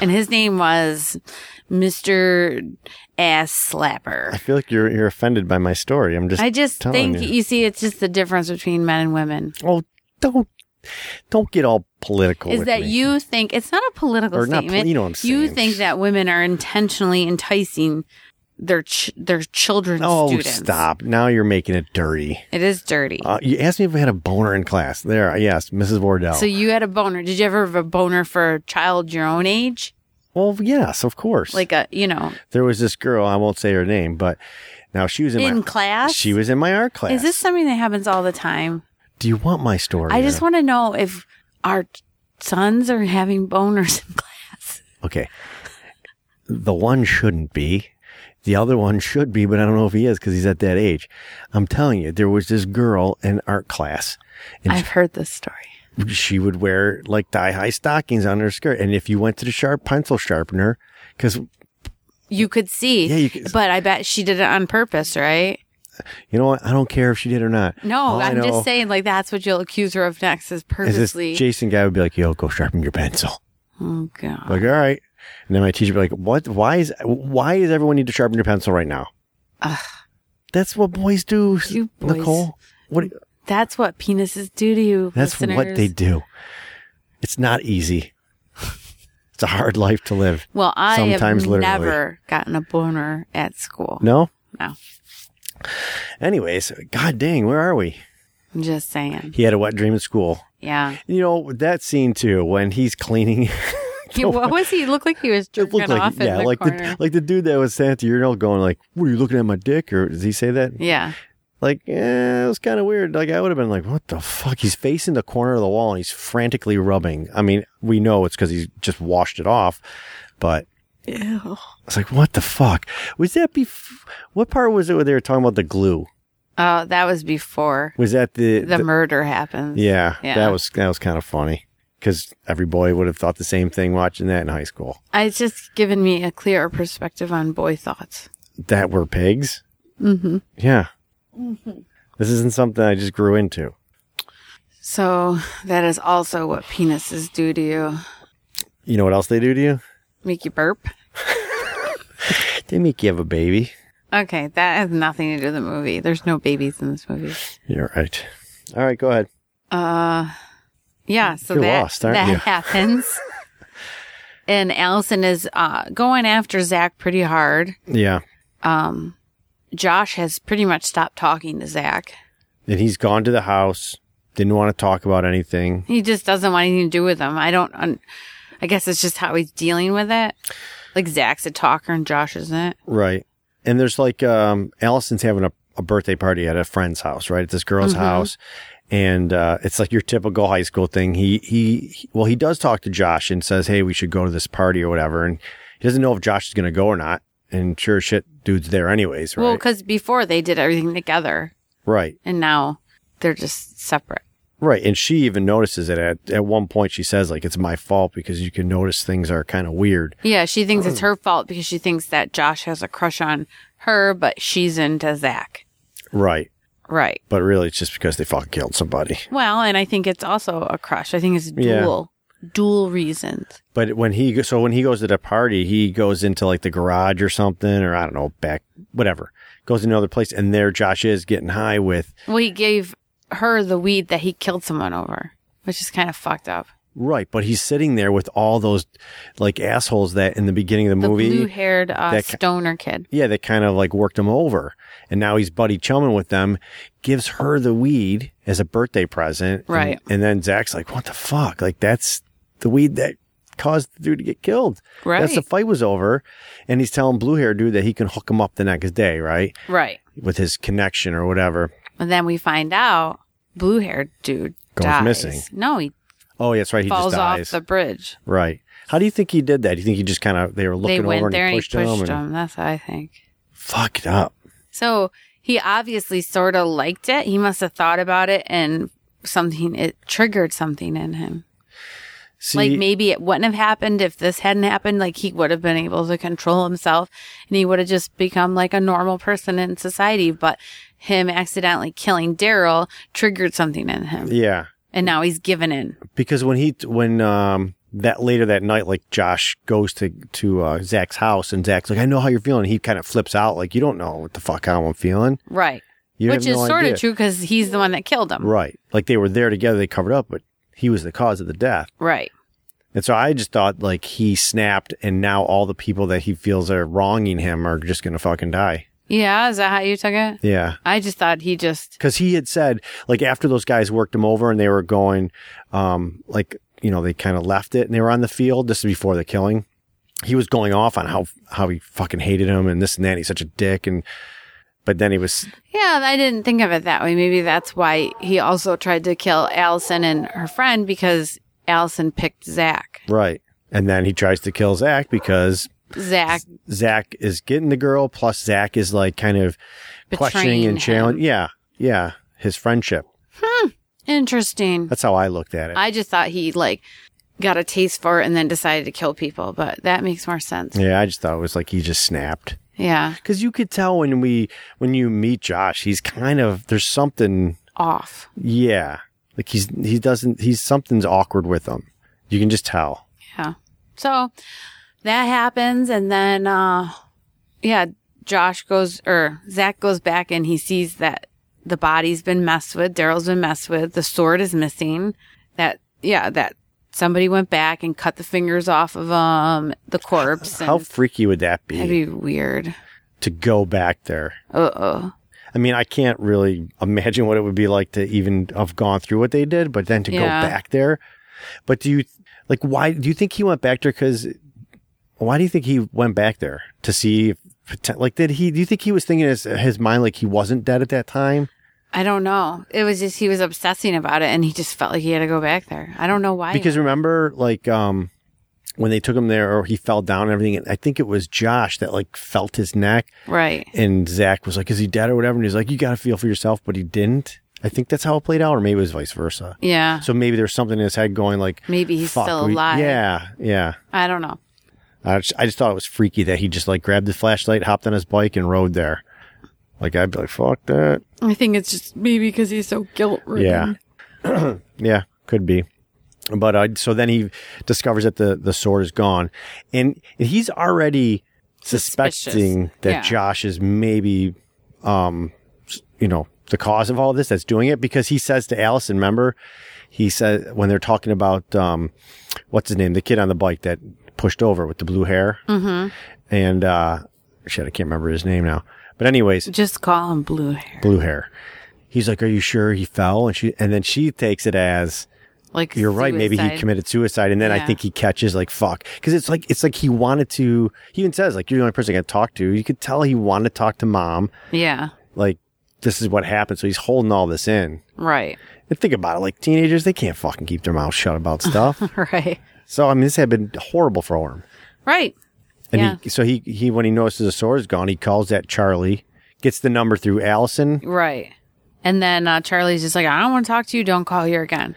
Speaker 2: and his name was Mr. Ass
Speaker 3: I
Speaker 2: Slapper.
Speaker 3: feel like you're you're offended by my story. I'm just
Speaker 2: I just
Speaker 3: telling
Speaker 2: think
Speaker 3: you.
Speaker 2: you. see, it's just the difference between men and women
Speaker 3: oh don't don't get all political.
Speaker 2: is
Speaker 3: with
Speaker 2: that
Speaker 3: me.
Speaker 2: you think it's not a political
Speaker 3: Or not pol-
Speaker 2: statement.
Speaker 3: you know what I'm
Speaker 2: You
Speaker 3: saying.
Speaker 2: think that women are intentionally enticing their ch- their children.
Speaker 3: Oh,
Speaker 2: students.
Speaker 3: stop! Now you're making it dirty.
Speaker 2: It is dirty.
Speaker 3: Uh, you asked me if I had a boner in class. There, yes, Mrs. Wardell.
Speaker 2: So you had a boner. Did you ever have a boner for a child your own age?
Speaker 3: well, yes, of course.
Speaker 2: Like a, you know,
Speaker 3: there was this girl. I won't say her name, but now she was in,
Speaker 2: in
Speaker 3: my
Speaker 2: class?
Speaker 3: She was in my art class.
Speaker 2: Is this something that happens all the time?
Speaker 3: Do you want my story?
Speaker 2: I just
Speaker 3: Anna?
Speaker 2: want to know if our sons are having boners in class.
Speaker 3: Okay. The one shouldn't be. The other one should be, but I don't know if he is because he's at that age. I'm telling you, there was this girl in art class, and
Speaker 2: I've heard this story.
Speaker 3: she would wear like thigh high stockings on her skirt. And if you went to the sharp pencil sharpener, because
Speaker 2: You could see.
Speaker 3: Yeah, you could-
Speaker 2: But I bet she did it on purpose, right?
Speaker 3: you know what, I don't care if she did or not.
Speaker 2: No,
Speaker 3: All Oh, I
Speaker 2: I'm
Speaker 3: know
Speaker 2: just saying, like, that's what you'll accuse her of next is
Speaker 3: Is
Speaker 2: purposely.
Speaker 3: this Jason guy would be like, "Yo, go sharpen your pencil."
Speaker 2: oh, God.
Speaker 3: Like, all right. And then my teacher would be like, "What? Why is why does everyone need to sharpen your pencil right now?" That's what boys do,
Speaker 2: You boys.
Speaker 3: Nicole. What? do you-
Speaker 2: That's what penises do to you.
Speaker 3: That's what
Speaker 2: listeners.
Speaker 3: they do. It's not easy. it's a hard life to live.
Speaker 2: Well, I
Speaker 3: Sometimes
Speaker 2: have
Speaker 3: literally.
Speaker 2: never gotten a boner at school.
Speaker 3: No.
Speaker 2: No.
Speaker 3: Anyways, god dang, where are we?
Speaker 2: I'm just saying.
Speaker 3: He had a wet dream at school.
Speaker 2: Yeah.
Speaker 3: You know that scene too when he's cleaning.
Speaker 2: He- what was he? Looked like he was
Speaker 3: It
Speaker 2: jerking
Speaker 3: looked like
Speaker 2: off in
Speaker 3: yeah,
Speaker 2: the
Speaker 3: like
Speaker 2: corner.
Speaker 3: the like the dude that was standing at the urinal going like, "What are you looking at my dick?" Or does he say that?
Speaker 2: yeah.
Speaker 3: Like, eh, it was kind of weird. Like I would have been like, "What the fuck?" He's facing the corner of the wall and he's frantically rubbing. I mean, we know it's because he's just washed it off, but I was like, "What the fuck?" Was that bef- What part was it where they were talking about the glue?
Speaker 2: Oh, that was before
Speaker 3: Was that the,
Speaker 2: the, murder happens.
Speaker 3: yeah,
Speaker 2: Yeah.
Speaker 3: That was that was kind of funny because every boy would have thought the same thing watching that in high school.
Speaker 2: It's just given me a clearer perspective on boy thoughts.
Speaker 3: That were pigs.
Speaker 2: hmm
Speaker 3: Yeah. This isn't something I just grew into.
Speaker 2: So that is also what penises do to you.
Speaker 3: You know what else they do to you?
Speaker 2: Make you burp.
Speaker 3: They make you have a baby.
Speaker 2: Okay, that has nothing to do with the movie. There's no babies in this movie.
Speaker 3: You're right. All right, go ahead.
Speaker 2: Uh, yeah. So
Speaker 3: You're
Speaker 2: that
Speaker 3: lost, aren't
Speaker 2: that
Speaker 3: you?
Speaker 2: happens. and Allison is uh, going after Zach pretty hard.
Speaker 3: Yeah.
Speaker 2: Um, Josh has pretty much stopped talking to Zach.
Speaker 3: And he's gone to the house. Didn't want to talk about anything.
Speaker 2: He just doesn't want anything to do with him. I don't. un- I guess it's just how he's dealing with it. Like Zach's a talker and Josh isn't.
Speaker 3: Right. And there's like um Allison's having a, a birthday party at a friend's house, right? At this girl's house. And uh, it's like your typical high school thing. He, he he well, he does talk to Josh and says, Hey, we should go to this party or whatever and he doesn't know if Josh is gonna go or not. And sure as shit, dude's there anyways, right?
Speaker 2: Well, because before they did everything together,
Speaker 3: right.
Speaker 2: and now they're just separate.
Speaker 3: Right, and she even notices it at at one point. She says like it's my fault because you can notice things are kind of weird.
Speaker 2: Yeah, she thinks
Speaker 3: Mm.
Speaker 2: it's her fault because she thinks that Josh has a crush on her, but she's into Zach.
Speaker 3: Right,
Speaker 2: Right.
Speaker 3: but really it's just because they fucking killed somebody.
Speaker 2: Well, and I think it's also a crush. I think it's
Speaker 3: Yeah.
Speaker 2: dual, dual reasons.
Speaker 3: But when he so when he goes to the party, he goes into like the garage or something, or I don't know, back whatever. Goes to another place, and there Josh is getting high with
Speaker 2: Well, he gave her the weed that he killed someone over, which is kind of fucked up.
Speaker 3: right, but he's sitting there with all those like assholes that in the beginning of the,
Speaker 2: The
Speaker 3: movie.
Speaker 2: blue-haired uh,
Speaker 3: that ki-
Speaker 2: stoner kid.
Speaker 3: yeah, they kind of like worked him over. And now he's buddy chumming with them, gives her the weed as a birthday present. And-
Speaker 2: Right.
Speaker 3: And, then Zach's like, what the fuck? Like, that's the weed that caused the dude to get killed. That's the
Speaker 2: Right.
Speaker 3: fight was over. And he's telling blue hair dude that he can hook him up the next day, right?
Speaker 2: Right.
Speaker 3: With his connection or whatever.
Speaker 2: And then we find out blue-haired dude
Speaker 3: Goes
Speaker 2: dies.
Speaker 3: missing.
Speaker 2: No, he,
Speaker 3: Oh, yeah, that's right. He
Speaker 2: falls
Speaker 3: just
Speaker 2: off
Speaker 3: dies.
Speaker 2: the bridge.
Speaker 3: Right. How do you think he did that? Do you think he just kind of, they were looking
Speaker 2: They went
Speaker 3: over
Speaker 2: there
Speaker 3: and he pushed, him, and
Speaker 2: That's how I think.
Speaker 3: fucked up?
Speaker 2: So he obviously sort of liked it. He must have thought about it and something, it triggered something in him.
Speaker 3: See,
Speaker 2: like maybe it wouldn't have happened if this hadn't happened. Like he would have been able to control himself and he would have just become like a normal person in society. But him accidentally killing Daryl triggered something in him.
Speaker 3: yeah.
Speaker 2: And now he's given in.
Speaker 3: because when he when um that later that night like josh goes to to uh, zach's house and zach's like i know how you're feeling he kind of flips out like you don't know what the fuck how i'm feeling
Speaker 2: Right.
Speaker 3: you
Speaker 2: Which
Speaker 3: have
Speaker 2: is
Speaker 3: no
Speaker 2: sort
Speaker 3: idea."
Speaker 2: of true because he's the one that killed him.
Speaker 3: right like they were there together they covered up but he was the cause of the death
Speaker 2: Right.
Speaker 3: and so i just thought like he snapped and now all the people that he feels are wronging him are just gonna fucking die
Speaker 2: Yeah. Is that how you took it?
Speaker 3: yeah
Speaker 2: I just thought he just,
Speaker 3: because he had said like after those guys worked him over and they were going um like you know they kind of left it and they were on the field this is before the killing he was going off on how how he fucking hated him and this and that he's such a dick and but then he was
Speaker 2: yeah, I didn't think of it that way. Maybe that's why he also tried to kill Allison and her friend because Allison picked Zach.
Speaker 3: right and then he tries to kill zach because
Speaker 2: Zach
Speaker 3: zach is getting the girl plus zach is like kind of questioning
Speaker 2: Betraying
Speaker 3: and challenging yeah yeah his friendship
Speaker 2: Interesting.
Speaker 3: that's how i looked at it
Speaker 2: I just thought he like got a taste for it and then decided to kill people, but that makes more sense.
Speaker 3: yeah i just thought it was like he just snapped
Speaker 2: Yeah.
Speaker 3: because you could tell when we when you meet Josh, he's kind of there's something,
Speaker 2: Off.
Speaker 3: yeah, like he's he doesn't he's something's awkward with him. You can just tell.
Speaker 2: Yeah. So that happens and then uh yeah, Josh goes or Zach goes back and he sees that the body's been messed with, Daryl's been messed with, the sword is missing. That yeah, that somebody went back and cut the fingers off of um the corpse. And
Speaker 3: How freaky would that
Speaker 2: that'd
Speaker 3: be
Speaker 2: be weird.
Speaker 3: to go back there?
Speaker 2: Uh oh.
Speaker 3: I mean, I can't really imagine what it would be like to even have gone through what they did, but then to go
Speaker 2: Yeah.
Speaker 3: back there. But do you like why do you think he went back there? Because why do you think he went back there to see? If, poten- like, did he? Do you think he was thinking in his, his mind like he wasn't dead at that time?
Speaker 2: I don't know. It was just he was obsessing about it and he just felt like he had to go back there. I don't know why.
Speaker 3: Because remember, like, um, when they took him there, or he fell down and everything. And I think it was Josh that like felt his neck,
Speaker 2: right.
Speaker 3: and Zach was like, "Is he dead or whatever?" And he's like, "You got to feel for yourself," but he didn't. I think that's how it played out, or maybe it was vice versa.
Speaker 2: Yeah.
Speaker 3: So maybe there's something in his head going like,
Speaker 2: Maybe he's
Speaker 3: "Fuck,
Speaker 2: still
Speaker 3: we-"
Speaker 2: alive.
Speaker 3: Yeah, yeah.
Speaker 2: I don't know.
Speaker 3: I just, I just thought it was freaky that he just like grabbed the flashlight, hopped on his bike, and rode there. Like I'd be like, "Fuck that."
Speaker 2: I think it's just maybe because he's so guilt ridden.
Speaker 3: Yeah, yeah, could be. But uh, so then he discovers that the the sword is gone, and he's already
Speaker 2: Suspicious.
Speaker 3: suspecting that
Speaker 2: Yeah.
Speaker 3: Josh is maybe, um, s- you know, the cause of all this that's doing it because he says to Allison, remember, he said when they're talking about um, what's his name, the kid on the bike that pushed over with the blue hair, mm-hmm. and uh, shit, I can't remember his name now. But anyways,
Speaker 2: Just call him blue hair.
Speaker 3: blue hair. He's like, "Are you sure he fell?" And she, and then she takes it as,
Speaker 2: Like
Speaker 3: you're right. Maybe he
Speaker 2: suicide.
Speaker 3: committed suicide, and then I
Speaker 2: Yeah.
Speaker 3: think he catches like fuck because it's like it's like he wanted to. He even says like you're the only person I can talk to. You could tell he wanted to talk to mom.
Speaker 2: Yeah.
Speaker 3: Like this is what happened. So he's holding all this in.
Speaker 2: Right.
Speaker 3: And think about it. Like teenagers, they can't fucking keep their mouth shut about stuff.
Speaker 2: Right.
Speaker 3: so I mean, this had been horrible for him.
Speaker 2: Right.
Speaker 3: And
Speaker 2: Yeah.
Speaker 3: he, so he he when he notices the sword is gone, he calls that Charlie, gets the number through Allison.
Speaker 2: Right. And then uh, Charlie's just like, I don't want to talk to you. Don't call here again.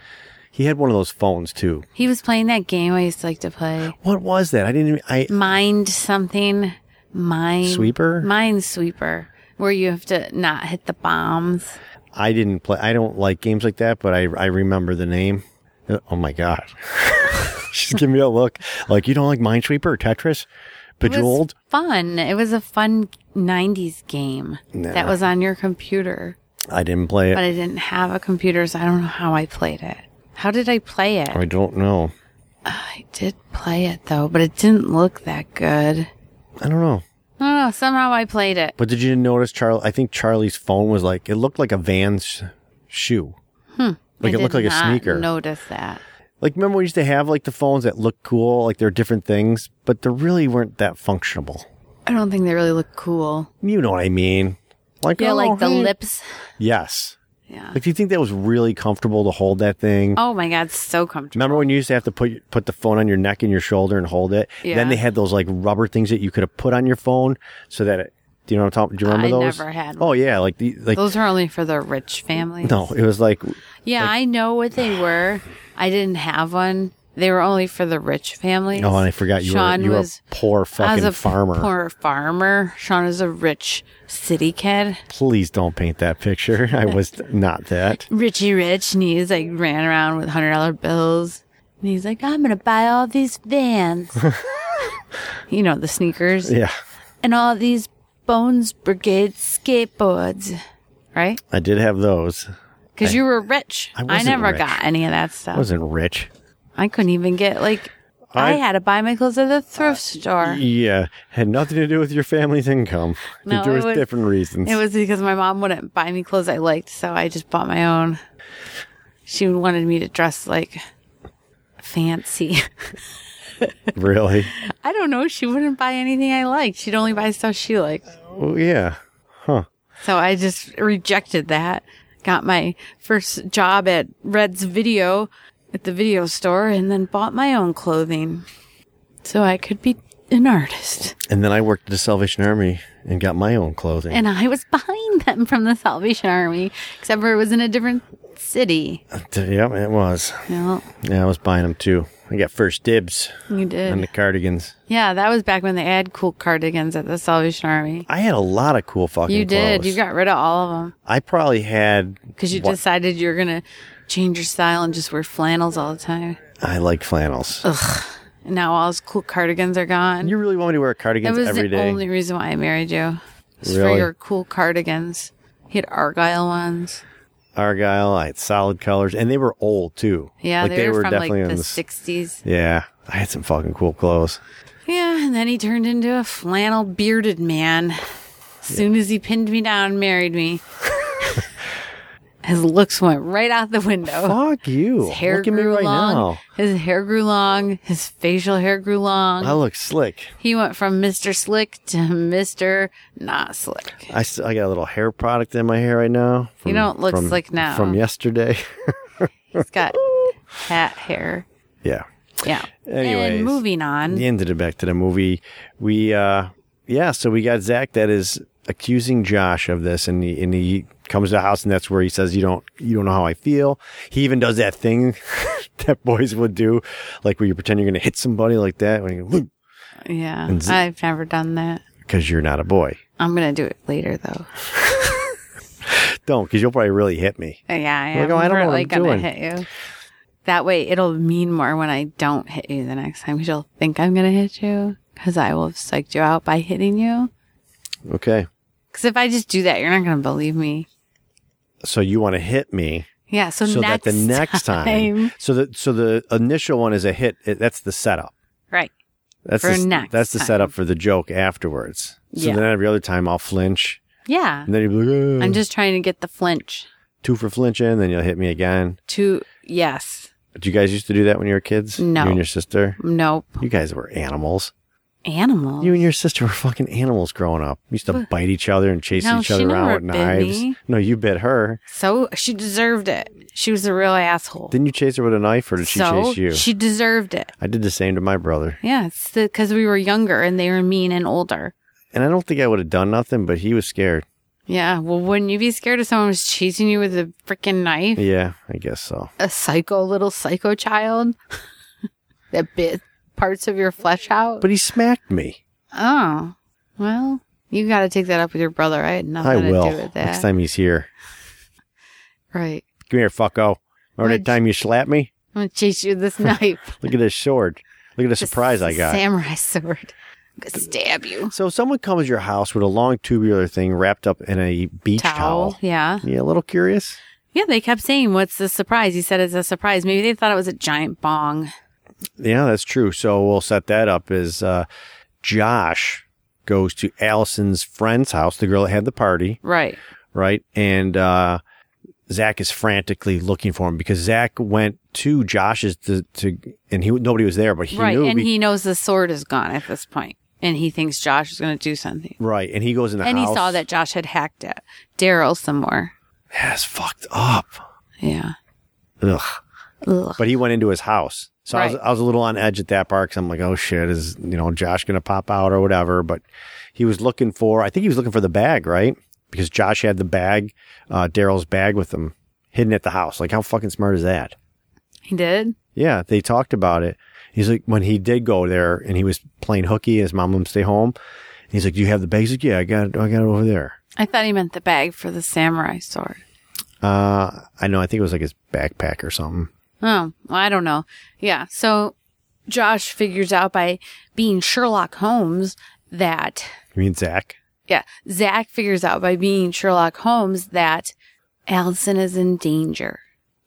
Speaker 3: He had one of those phones too.
Speaker 2: He was playing that game I used to like to play.
Speaker 3: What was that? I didn't. even- I
Speaker 2: Mind something. Mind.
Speaker 3: Sweeper?
Speaker 2: Mind sweeper. Where you have to not hit the bombs.
Speaker 3: I didn't play. I don't like games like that, but I I remember the name. Uh, Oh my god, she's giving me a look like you don't like Minesweeper or
Speaker 2: It
Speaker 3: Tetris,
Speaker 2: was
Speaker 3: Bejeweled.
Speaker 2: fun. It was a fun 90s game that was on your computer.
Speaker 3: I didn't play
Speaker 2: But
Speaker 3: it.
Speaker 2: I didn't have a computer, so I don't know how I played it. How did I play it?
Speaker 3: I don't know.
Speaker 2: I did play it though, but it didn't look that good.
Speaker 3: I don't know.
Speaker 2: I don't know. Somehow I played it.
Speaker 3: But did you notice Charlie? I think Charlie's phone was like it looked like a Vans shoe. Hmm. Like
Speaker 2: I
Speaker 3: it looked
Speaker 2: did
Speaker 3: like a
Speaker 2: not
Speaker 3: sneaker.
Speaker 2: Notice that.
Speaker 3: Like remember we used to have like the phones that looked cool, like they're different things, but they really weren't that functional.
Speaker 2: I don't think they really look cool.
Speaker 3: You know what I mean? Like
Speaker 2: Yeah,
Speaker 3: oh,
Speaker 2: like the
Speaker 3: hey.
Speaker 2: lips.
Speaker 3: Yes.
Speaker 2: Yeah.
Speaker 3: Like do you think that was really comfortable to hold that thing?
Speaker 2: Oh my god, so comfortable.
Speaker 3: Remember when you used to have to put put the phone on your neck and your shoulder and hold it?
Speaker 2: Yeah.
Speaker 3: Then they had those like rubber things that you could have put on your phone so that it. Do you know what I'm talking? Do you remember
Speaker 2: I
Speaker 3: those?
Speaker 2: never had
Speaker 3: Oh yeah, like the like.
Speaker 2: Those are only for the rich families.
Speaker 3: no, it was like
Speaker 2: Yeah, I know what they were. I didn't have one. They were only for the rich families.
Speaker 3: oh, and I forgot you
Speaker 2: Sean
Speaker 3: were you were
Speaker 2: was
Speaker 3: a poor fucking
Speaker 2: as a
Speaker 3: farmer.
Speaker 2: Poor farmer. Sean is a rich city kid.
Speaker 3: Please don't paint that picture. I was not that.
Speaker 2: Richie Rich, and he's like ran around with hundred dollar bills, and he's like, "I'm gonna buy all these Vans, you know, the sneakers,
Speaker 3: Yeah,
Speaker 2: and all these Bones Brigade skateboards, right?
Speaker 3: I did have those.
Speaker 2: Because you were rich.
Speaker 3: I
Speaker 2: I,
Speaker 3: wasn't
Speaker 2: never
Speaker 3: rich.
Speaker 2: got any of that stuff.
Speaker 3: I wasn't rich.
Speaker 2: I couldn't even get like." I,
Speaker 3: I-
Speaker 2: had to buy my clothes at the thrift store.
Speaker 3: Yeah, had nothing to do with your family's income.
Speaker 2: No,
Speaker 3: there
Speaker 2: it
Speaker 3: was
Speaker 2: would-
Speaker 3: different reasons.
Speaker 2: It was because my mom wouldn't buy me clothes I liked, so I just bought my own. She wanted me to dress like fancy.
Speaker 3: really.
Speaker 2: I don't know. She wouldn't buy anything I liked. She'd only buy stuff she liked.
Speaker 3: Oh yeah. Huh.
Speaker 2: So I just rejected that. Got my first job at Red's Video at the video store and then bought my own clothing so I could be an artist.
Speaker 3: And then I worked at the Salvation Army and got my own clothing.
Speaker 2: And I was behind them from the Salvation Army, except for it was in a different city.
Speaker 3: Yep, Uh, it was.
Speaker 2: No,
Speaker 3: Yeah, I was buying them too. I got first dibs
Speaker 2: you
Speaker 3: on the
Speaker 2: did.
Speaker 3: cardigans.
Speaker 2: Yeah, that was back when they had cool cardigans at the Salvation Army.
Speaker 3: I had a lot of cool fucking
Speaker 2: You did.
Speaker 3: clothes.
Speaker 2: You got rid of all of them.
Speaker 3: I probably had.
Speaker 2: Because you
Speaker 3: what-
Speaker 2: decided you were going to change your style and just wear flannels all the time.
Speaker 3: I like flannels.
Speaker 2: And now all those cool cardigans are gone.
Speaker 3: You really want me to wear cardigans
Speaker 2: that was
Speaker 3: every
Speaker 2: the
Speaker 3: day?
Speaker 2: only reason why I married you. It's for
Speaker 3: Really?
Speaker 2: your cool cardigans. He had Argyle ones.
Speaker 3: Argyle, I had solid colors, and they were old too.
Speaker 2: Yeah,
Speaker 3: like
Speaker 2: they, were, from like
Speaker 3: definitely
Speaker 2: the
Speaker 3: in s-
Speaker 2: 60s.
Speaker 3: Yeah, I had some fucking cool clothes.
Speaker 2: Yeah, and then he turned into a flannel bearded man. Soon as he pinned me down and married me, his looks went right out the window.
Speaker 3: Fuck you!
Speaker 2: His hair
Speaker 3: Look at me
Speaker 2: grew
Speaker 3: right
Speaker 2: long.
Speaker 3: now.
Speaker 2: His hair grew long. His facial hair grew long.
Speaker 3: I look slick.
Speaker 2: He went from Mr. Slick to Mr. Not Slick.
Speaker 3: I, s- I got a little hair product in my hair right now.
Speaker 2: You don't look slick now.
Speaker 3: From yesterday.
Speaker 2: He's got hat hair.
Speaker 3: yeah.
Speaker 2: Yeah.
Speaker 3: Anyways.
Speaker 2: and moving on.
Speaker 3: The end of the back to the movie. We uh yeah, so we got Zach that is accusing Josh of this and he and he comes to the house and that's where he says you don't you don't know how I feel. He even does that thing that boys would do, like where you pretend you're gonna hit somebody like that when you
Speaker 2: Yeah.
Speaker 3: And z-
Speaker 2: I've never done that.
Speaker 3: because you're not a boy.
Speaker 2: I'm going to do it later, though.
Speaker 3: Don't because you'll probably really hit me.
Speaker 2: Yeah, I
Speaker 3: Like,
Speaker 2: am.
Speaker 3: oh, I don't know
Speaker 2: really
Speaker 3: what
Speaker 2: gonna
Speaker 3: I'm doing.
Speaker 2: hit you. That way, it'll mean more when I don't hit you the next time. 'cause You'll think I'm gonna hit you because I will have psyched you out by hitting you.
Speaker 3: Okay.
Speaker 2: Because if I just do that, you're not gonna believe me.
Speaker 3: So you want to hit me
Speaker 2: Yeah. So,
Speaker 3: so
Speaker 2: next
Speaker 3: that the next time,
Speaker 2: time-
Speaker 3: so that so the initial one is a hit. It- That's the setup.
Speaker 2: right?
Speaker 3: That's
Speaker 2: For
Speaker 3: the,
Speaker 2: next
Speaker 3: That's the
Speaker 2: time.
Speaker 3: setup for the joke afterwards. So
Speaker 2: Yeah.
Speaker 3: then every other time I'll flinch,
Speaker 2: Yeah.
Speaker 3: and then you'll be like, "Ah,
Speaker 2: I'm just trying to get the flinch
Speaker 3: two for flinching. Then you'll hit me again.
Speaker 2: to yes,
Speaker 3: Did you guys used to do that when you were kids?
Speaker 2: No.
Speaker 3: You and your sister.
Speaker 2: nope,
Speaker 3: You guys were animals.
Speaker 2: animal.
Speaker 3: You and your sister were fucking animals growing up. You used to bite each other and chase
Speaker 2: No,
Speaker 3: each
Speaker 2: she
Speaker 3: other
Speaker 2: never
Speaker 3: around with
Speaker 2: bit
Speaker 3: knives.
Speaker 2: me.
Speaker 3: No, you bit her.
Speaker 2: so she deserved it. She was a real asshole.
Speaker 3: Didn't you chase her with a knife, or did she
Speaker 2: so
Speaker 3: chase you?
Speaker 2: she deserved it.
Speaker 3: I did the same to my brother,
Speaker 2: Yeah, it's because we were younger and they were mean and older.
Speaker 3: and I don't think I would have done nothing, but he was scared.
Speaker 2: Yeah. Well, wouldn't you be scared if someone was chasing you with a freaking knife?
Speaker 3: Yeah, I guess so.
Speaker 2: A psycho little psycho child that bit parts of your flesh out?
Speaker 3: But he smacked me.
Speaker 2: oh, well, you got to take that up with your brother. I had nothing
Speaker 3: I
Speaker 2: to
Speaker 3: will
Speaker 2: do with that.
Speaker 3: next time he's here.
Speaker 2: Right.
Speaker 3: Come here, fucko. Remember
Speaker 2: Would-
Speaker 3: that time you slapped me?
Speaker 2: I'm going to chase you with this knife.
Speaker 3: Look at this sword. Look at the
Speaker 2: This
Speaker 3: surprise I got.
Speaker 2: Samurai sword. I'm going to stab you.
Speaker 3: so, if someone comes to your house with a long tubular thing wrapped up in a beach
Speaker 2: Towel.
Speaker 3: towel.
Speaker 2: Yeah.
Speaker 3: Yeah, a little curious.
Speaker 2: Yeah, they kept saying, What's the surprise? He said it's a surprise. Maybe they thought it was a giant bong.
Speaker 3: Yeah, that's true. So we'll set that up as uh, Josh goes to Allison's friend's house, the girl that had the party,
Speaker 2: Right.
Speaker 3: right? And uh, Zach is frantically looking for him because Zach went to Josh's to, to and he nobody was there, but he
Speaker 2: right.
Speaker 3: knew
Speaker 2: And
Speaker 3: be-
Speaker 2: he knows the sword is gone at this point, And he thinks Josh is going to do something.
Speaker 3: right, and he goes in the
Speaker 2: and
Speaker 3: house
Speaker 2: he saw that Josh had hacked it. Daryl some more.
Speaker 3: That's fucked up.
Speaker 2: Yeah.
Speaker 3: Ugh.
Speaker 2: Ugh.
Speaker 3: But he went into his house. So I, was,
Speaker 2: Right.
Speaker 3: I was a little on edge at that part because I'm like, oh shit, is you know Josh gonna pop out or whatever? But he was looking for, I think he was looking for the bag, right? Because Josh had the bag, uh, Daryl's bag with him, hidden at the house. Like, how fucking smart is that?
Speaker 2: He did?
Speaker 3: Yeah, they talked about it. He's like, when he did go there and he was playing hooky, and his mom let him stay home. He's like, do you have the bag? He's like, yeah, I got it. I got it over there.
Speaker 2: I thought he meant the bag for the samurai sword.
Speaker 3: Uh, I know. I think it was like his backpack or something.
Speaker 2: Oh, well, I don't know. Yeah. So Josh figures out by being Sherlock Holmes that,
Speaker 3: You mean Zach?
Speaker 2: yeah, Zach figures out by being Sherlock Holmes that Allison is in danger.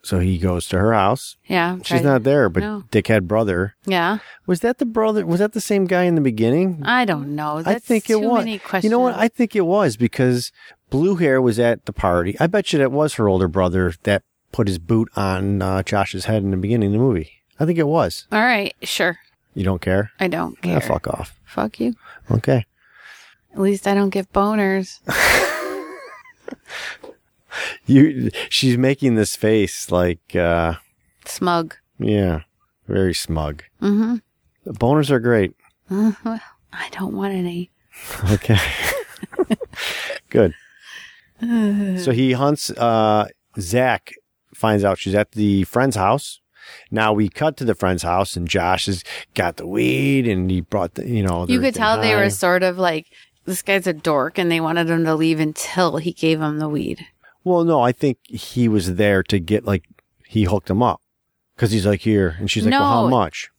Speaker 3: So he goes to her house.
Speaker 2: Yeah.
Speaker 3: She's
Speaker 2: right.
Speaker 3: not there, but
Speaker 2: No.
Speaker 3: dickhead brother.
Speaker 2: Yeah.
Speaker 3: Was that the brother? Was that the same guy in the beginning?
Speaker 2: I don't know. That's
Speaker 3: I think it
Speaker 2: too
Speaker 3: was.
Speaker 2: many questions.
Speaker 3: You know what? I think it was because blue hair was at the party. I bet you that was her older brother that put his boot on uh, Josh's head in the beginning of the movie. I think it was.
Speaker 2: All right. Sure.
Speaker 3: You don't care?
Speaker 2: I don't
Speaker 3: Yeah,
Speaker 2: care.
Speaker 3: fuck off.
Speaker 2: Fuck you.
Speaker 3: Okay.
Speaker 2: At least I don't get boners.
Speaker 3: You. She's making this face like, uh,
Speaker 2: Smug.
Speaker 3: yeah, very smug.
Speaker 2: Mm-hmm.
Speaker 3: The boners are great.
Speaker 2: Uh, well, I don't want any.
Speaker 3: Okay. Good. So he hunts uh Zach finds out she's at the friend's house. Now we cut to the friend's house and Josh has got the weed and he brought the you know
Speaker 2: You could
Speaker 3: everything
Speaker 2: tell they
Speaker 3: high.
Speaker 2: were sort of like, this guy's a dork, and they wanted him to leave until he gave him the weed.
Speaker 3: Well no, I think he was there to get like he hooked him up. Cuz he's like here and she's like well, how
Speaker 2: No.
Speaker 3: much?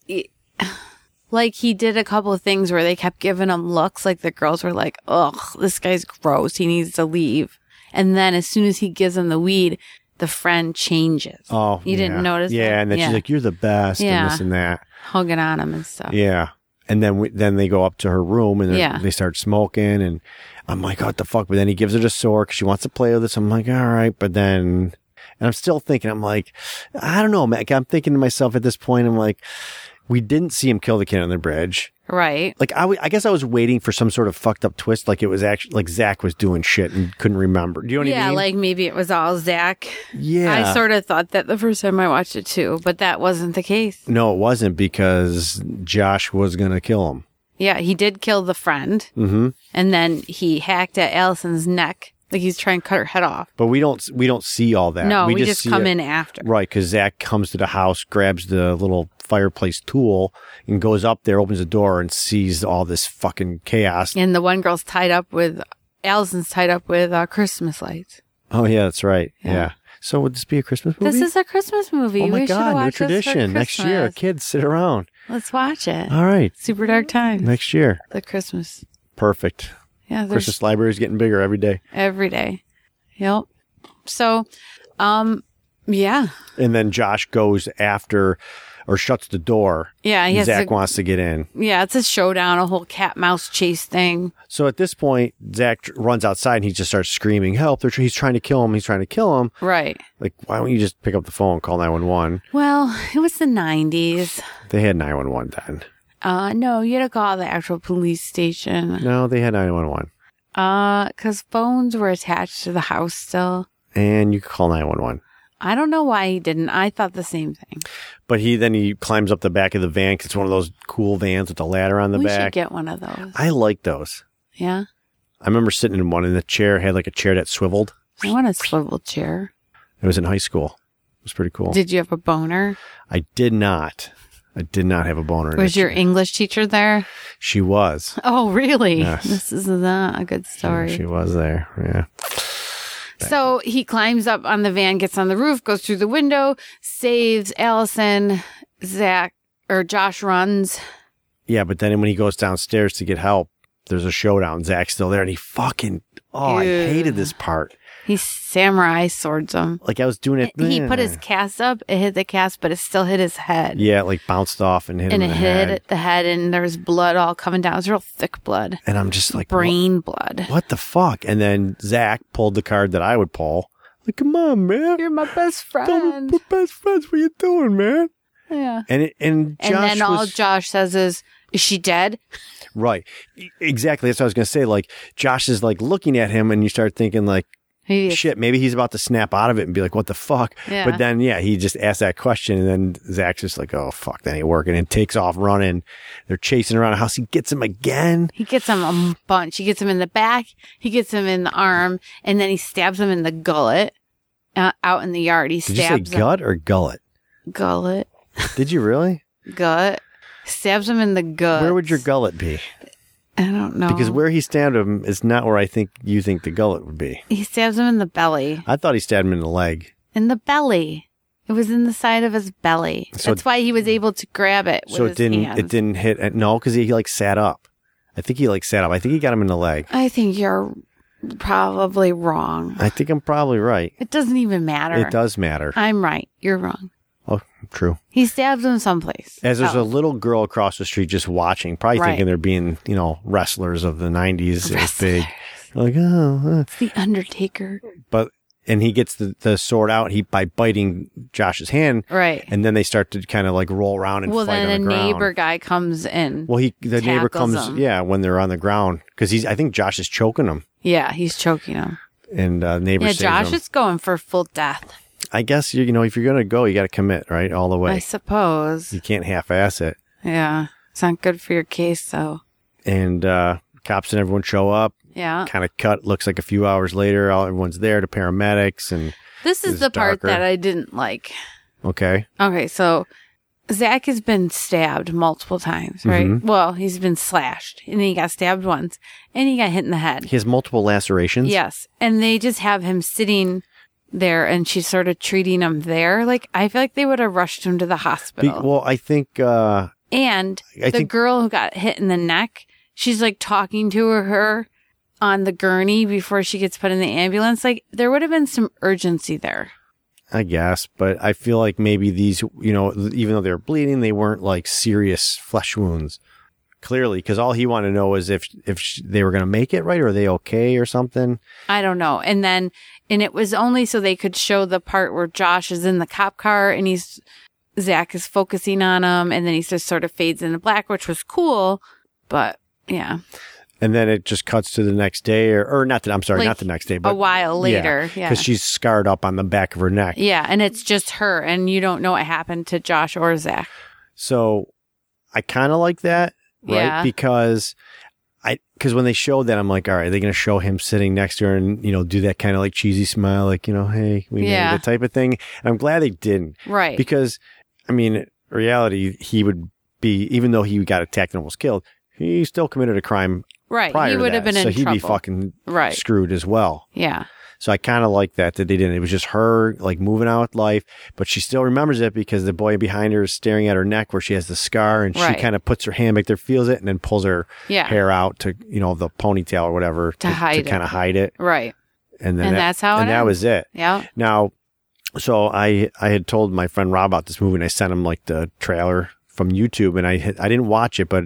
Speaker 2: Like he did a couple of things where they kept giving him looks like the girls were like, ugh, this guy's gross. He needs to leave. And then as soon as he gives him the weed, the friend changes.
Speaker 3: Oh,
Speaker 2: You didn't
Speaker 3: yeah.
Speaker 2: notice
Speaker 3: Yeah,
Speaker 2: that?
Speaker 3: and then
Speaker 2: Yeah.
Speaker 3: she's like, "You're the best,"
Speaker 2: Yeah.
Speaker 3: and this and that.
Speaker 2: Hugging on him and stuff.
Speaker 3: Yeah, and then we, then they go up to her room and they're-
Speaker 2: Yeah.
Speaker 3: they start smoking, and I'm like, "What the fuck?" But then he gives her the sword because she wants to play with it. So I'm like, "All right," but then. And I'm still thinking, I'm like, I don't know, Mac. I'm thinking to myself at this point, I'm like, we didn't see him kill the kid on the bridge.
Speaker 2: Right.
Speaker 3: Like, I, w- I guess I was waiting for some sort of fucked up twist. Like, it was actually, like, Zach was doing shit and couldn't remember. Do you know what
Speaker 2: yeah,
Speaker 3: I mean?
Speaker 2: like maybe it was all Zach.
Speaker 3: yeah.
Speaker 2: I sort of thought that the first time I watched it too, but that wasn't the case.
Speaker 3: No, it wasn't because Josh was going to kill him.
Speaker 2: Yeah, he did kill the friend
Speaker 3: hmm
Speaker 2: and then he hacked at Allison's neck. Like he's trying to cut her head off.
Speaker 3: But we don't we don't see all that.
Speaker 2: No, we, just,
Speaker 3: see
Speaker 2: come
Speaker 3: it-
Speaker 2: in after.
Speaker 3: right because Zach comes to the house, grabs the little fireplace tool, and goes up there, opens the door, and sees all this fucking chaos.
Speaker 2: And the one girl's tied up with, Allison's tied up with uh, Christmas lights.
Speaker 3: Oh yeah, that's right. Yeah.
Speaker 2: Yeah.
Speaker 3: So would this be a Christmas movie?
Speaker 2: This is a Christmas movie.
Speaker 3: oh my
Speaker 2: we should
Speaker 3: god, new
Speaker 2: watch this for
Speaker 3: tradition! Next year,
Speaker 2: Christmas.
Speaker 3: kids sit around.
Speaker 2: Let's watch it.
Speaker 3: All right,
Speaker 2: Super Dark Times.
Speaker 3: next year,
Speaker 2: the Christmas.
Speaker 3: perfect.
Speaker 2: Yeah, there's
Speaker 3: Christmas library is getting bigger every day.
Speaker 2: every day. Yep. So, um, yeah.
Speaker 3: And then Josh goes after, or shuts the door.
Speaker 2: Yeah. He has
Speaker 3: Zach
Speaker 2: to,
Speaker 3: wants to get in.
Speaker 2: yeah, it's a showdown, a whole cat mouse chase thing.
Speaker 3: So at this point, Zach tr- runs outside and he just starts screaming, "Help! They're tr- he's trying to kill him! He's trying to kill him!"
Speaker 2: Right.
Speaker 3: Like, why don't you just pick up the phone, and call nine one one?
Speaker 2: Well, it was the 90s.
Speaker 3: They had nine one one then.
Speaker 2: Uh, no, you had to call the actual police station.
Speaker 3: No, they had nine one one,
Speaker 2: Uh, cause phones were attached to the house still.
Speaker 3: and you could call nine one one.
Speaker 2: I don't know why he didn't. I thought the same thing.
Speaker 3: But he then he climbs up the back of the van. 'cause it's one of those cool vans with the ladder on the
Speaker 2: we should
Speaker 3: back.
Speaker 2: get one of those.
Speaker 3: I like those.
Speaker 2: yeah.
Speaker 3: I remember sitting in one, and the chair had like a chair that swiveled.
Speaker 2: I want a swivel chair.
Speaker 3: It was in high school. It was pretty cool.
Speaker 2: Did you have a boner?
Speaker 3: I did not. I did not have a boner. in
Speaker 2: Was
Speaker 3: that
Speaker 2: your
Speaker 3: chair.
Speaker 2: English teacher there?
Speaker 3: She was.
Speaker 2: Oh, really?
Speaker 3: Yes.
Speaker 2: This is not a good story.
Speaker 3: She was there. Yeah.
Speaker 2: So he climbs up on the van, gets on the roof, goes through the window, saves Allison, Zach, or Josh runs.
Speaker 3: Yeah, but then when he goes downstairs to get help, there's a showdown. Zach's still there, and he fucking oh, I
Speaker 2: Ew.
Speaker 3: hated this part.
Speaker 2: He samurai swords him.
Speaker 3: Like I was doing it.
Speaker 2: He put his cast up, it hit the cast, but it still hit his head.
Speaker 3: yeah, it, like bounced off and hit
Speaker 2: And
Speaker 3: him
Speaker 2: it
Speaker 3: in the
Speaker 2: hit
Speaker 3: head.
Speaker 2: the head, and there was blood all coming down. It was real thick blood,
Speaker 3: And I'm just like, what,
Speaker 2: brain blood.
Speaker 3: what the fuck? And then Zach pulled the card that I would pull. Like, come on, man.
Speaker 2: You're my best
Speaker 3: Don't
Speaker 2: friend.
Speaker 3: we're best friends. What you doing, man?
Speaker 2: Yeah.
Speaker 3: And it, and Josh
Speaker 2: And then all
Speaker 3: was
Speaker 2: Josh says is, "Is she dead?"
Speaker 3: right. E- Exactly. That's what I was gonna say. Like Josh is like looking at him, and you start thinking like,
Speaker 2: Maybe it's-
Speaker 3: shit, maybe he's about to snap out of it and be like, what the fuck?
Speaker 2: Yeah.
Speaker 3: But then, yeah, he just asked that question, and then Zach's just like, "Oh fuck, that ain't working," and takes off running. They're chasing around the house. He gets him again.
Speaker 2: He gets him a bunch. He gets him in the back. He gets him in the arm, and then he stabs him in the gullet uh, out in the yard. He
Speaker 3: Did
Speaker 2: stabs
Speaker 3: you say gut or gullet?
Speaker 2: him gullet,
Speaker 3: Did you really?
Speaker 2: gut. Stabs him in the gut.
Speaker 3: Where would your gullet be?
Speaker 2: I don't know.
Speaker 3: Because where he stabbed him is not where I think you think the gullet would be.
Speaker 2: he stabs him in the belly,
Speaker 3: I thought he stabbed him in the leg.
Speaker 2: in the belly. It was in the side of his belly.
Speaker 3: So-
Speaker 2: That's why he was able to grab it. With
Speaker 3: so it
Speaker 2: his
Speaker 3: didn't.
Speaker 2: hands.
Speaker 3: It didn't hit. uh, No, because he, he like sat up. I think he like sat up. I think he got him in the leg.
Speaker 2: I think you're probably wrong.
Speaker 3: I think I'm probably right.
Speaker 2: It doesn't even matter.
Speaker 3: It does matter.
Speaker 2: I'm right. You're wrong.
Speaker 3: Oh, true.
Speaker 2: He stabs him someplace.
Speaker 3: As there's a
Speaker 2: else.
Speaker 3: little girl across the street just watching, probably
Speaker 2: Oh. Right.
Speaker 3: thinking they're being, you know, wrestlers of the 90s. It was big.
Speaker 2: Wrestlers.
Speaker 3: Like, oh. huh.
Speaker 2: It's the Undertaker.
Speaker 3: But, and he gets the, the sword out he by biting Josh's hand.
Speaker 2: Right.
Speaker 3: And then they start to kind of like roll around and
Speaker 2: well,
Speaker 3: fight
Speaker 2: then a
Speaker 3: on the ground.
Speaker 2: neighbor guy comes in.
Speaker 3: well, he, the neighbor
Speaker 2: tackles
Speaker 3: comes,
Speaker 2: him.
Speaker 3: yeah, when they're on the ground. Cause he's, I think Josh is choking him.
Speaker 2: yeah, he's choking him.
Speaker 3: And uh, neighbor
Speaker 2: Yeah,
Speaker 3: saves
Speaker 2: Josh
Speaker 3: him.
Speaker 2: is going for full death,
Speaker 3: I guess you, you know if you're gonna go, you got to commit right all the way.
Speaker 2: I suppose.
Speaker 3: You can't half-ass it.
Speaker 2: Yeah, it's not good for your case, though.
Speaker 3: And uh, cops and everyone show up.
Speaker 2: Yeah,
Speaker 3: kind of cut. Looks like a few hours later, all, everyone's there. The paramedics and
Speaker 2: this is
Speaker 3: It's
Speaker 2: the part
Speaker 3: darker.
Speaker 2: that I didn't like.
Speaker 3: okay,
Speaker 2: Okay, so Zach has been stabbed multiple times, right?
Speaker 3: Mm-hmm.
Speaker 2: Well, he's been slashed, and he got stabbed once, and he got hit in the head.
Speaker 3: he has multiple lacerations.
Speaker 2: Yes. And they just have him sitting there and she's sort of treating him there. Like, I feel like they would have rushed him to the
Speaker 3: Be-
Speaker 2: hospital.
Speaker 3: well, I think uh,
Speaker 2: And
Speaker 3: I
Speaker 2: the
Speaker 3: think
Speaker 2: girl who got hit in the neck, she's like talking to her, her on the gurney before she gets put in the ambulance. Like there would have been some urgency there.
Speaker 3: I guess, but I feel like maybe these, you know, even though they were bleeding, they weren't like serious flesh wounds. Clearly, because all he wanted to know was if if sh- they were going to make it right, or are they okay, or something.
Speaker 2: I don't know. And then, and it was only so they could show the part where Josh is in the cop car and he's, Zach is focusing on him and then he just sort of fades into black, which was cool. But yeah,
Speaker 3: And then it just cuts to the next day, or, or not. That I'm sorry,
Speaker 2: Like,
Speaker 3: not the next day, but
Speaker 2: a while later. Yeah.
Speaker 3: because she's scarred up on the back of her neck.
Speaker 2: yeah. And it's just her and you don't know what happened to Josh or Zach.
Speaker 3: So I kind of like that, right?
Speaker 2: Yeah.
Speaker 3: Because I because when they showed that, I'm like, all right, are they going to show him sitting next to her and you know do that kind of like cheesy smile, like you know, hey, we
Speaker 2: Yeah.
Speaker 3: made it type of thing. And I'm glad they didn't
Speaker 2: Right.
Speaker 3: because I mean, reality, he would be even though he got attacked and almost killed, he still committed a crime
Speaker 2: right.
Speaker 3: prior.
Speaker 2: He
Speaker 3: to
Speaker 2: would have
Speaker 3: that,
Speaker 2: been in
Speaker 3: so he'd
Speaker 2: trouble.
Speaker 3: be fucking
Speaker 2: right.
Speaker 3: screwed as well.
Speaker 2: Yeah.
Speaker 3: So I kind of like that that they didn't. It was just her like moving out with life, but she still remembers it because the boy behind her is staring at her neck where she has the scar, and
Speaker 2: Right.
Speaker 3: she kind of puts her hand back there, feels it, and then pulls her
Speaker 2: Yeah.
Speaker 3: hair out to you know the ponytail or whatever to,
Speaker 2: hide it.
Speaker 3: kind of hide it,
Speaker 2: Right.
Speaker 3: and then
Speaker 2: And
Speaker 3: that-
Speaker 2: that's how
Speaker 3: and
Speaker 2: it
Speaker 3: that
Speaker 2: ends.
Speaker 3: was it.
Speaker 2: Yeah.
Speaker 3: Now, so I I had told my friend Rob about this movie, and I sent him like the trailer from YouTube, and I had- I didn't watch it, but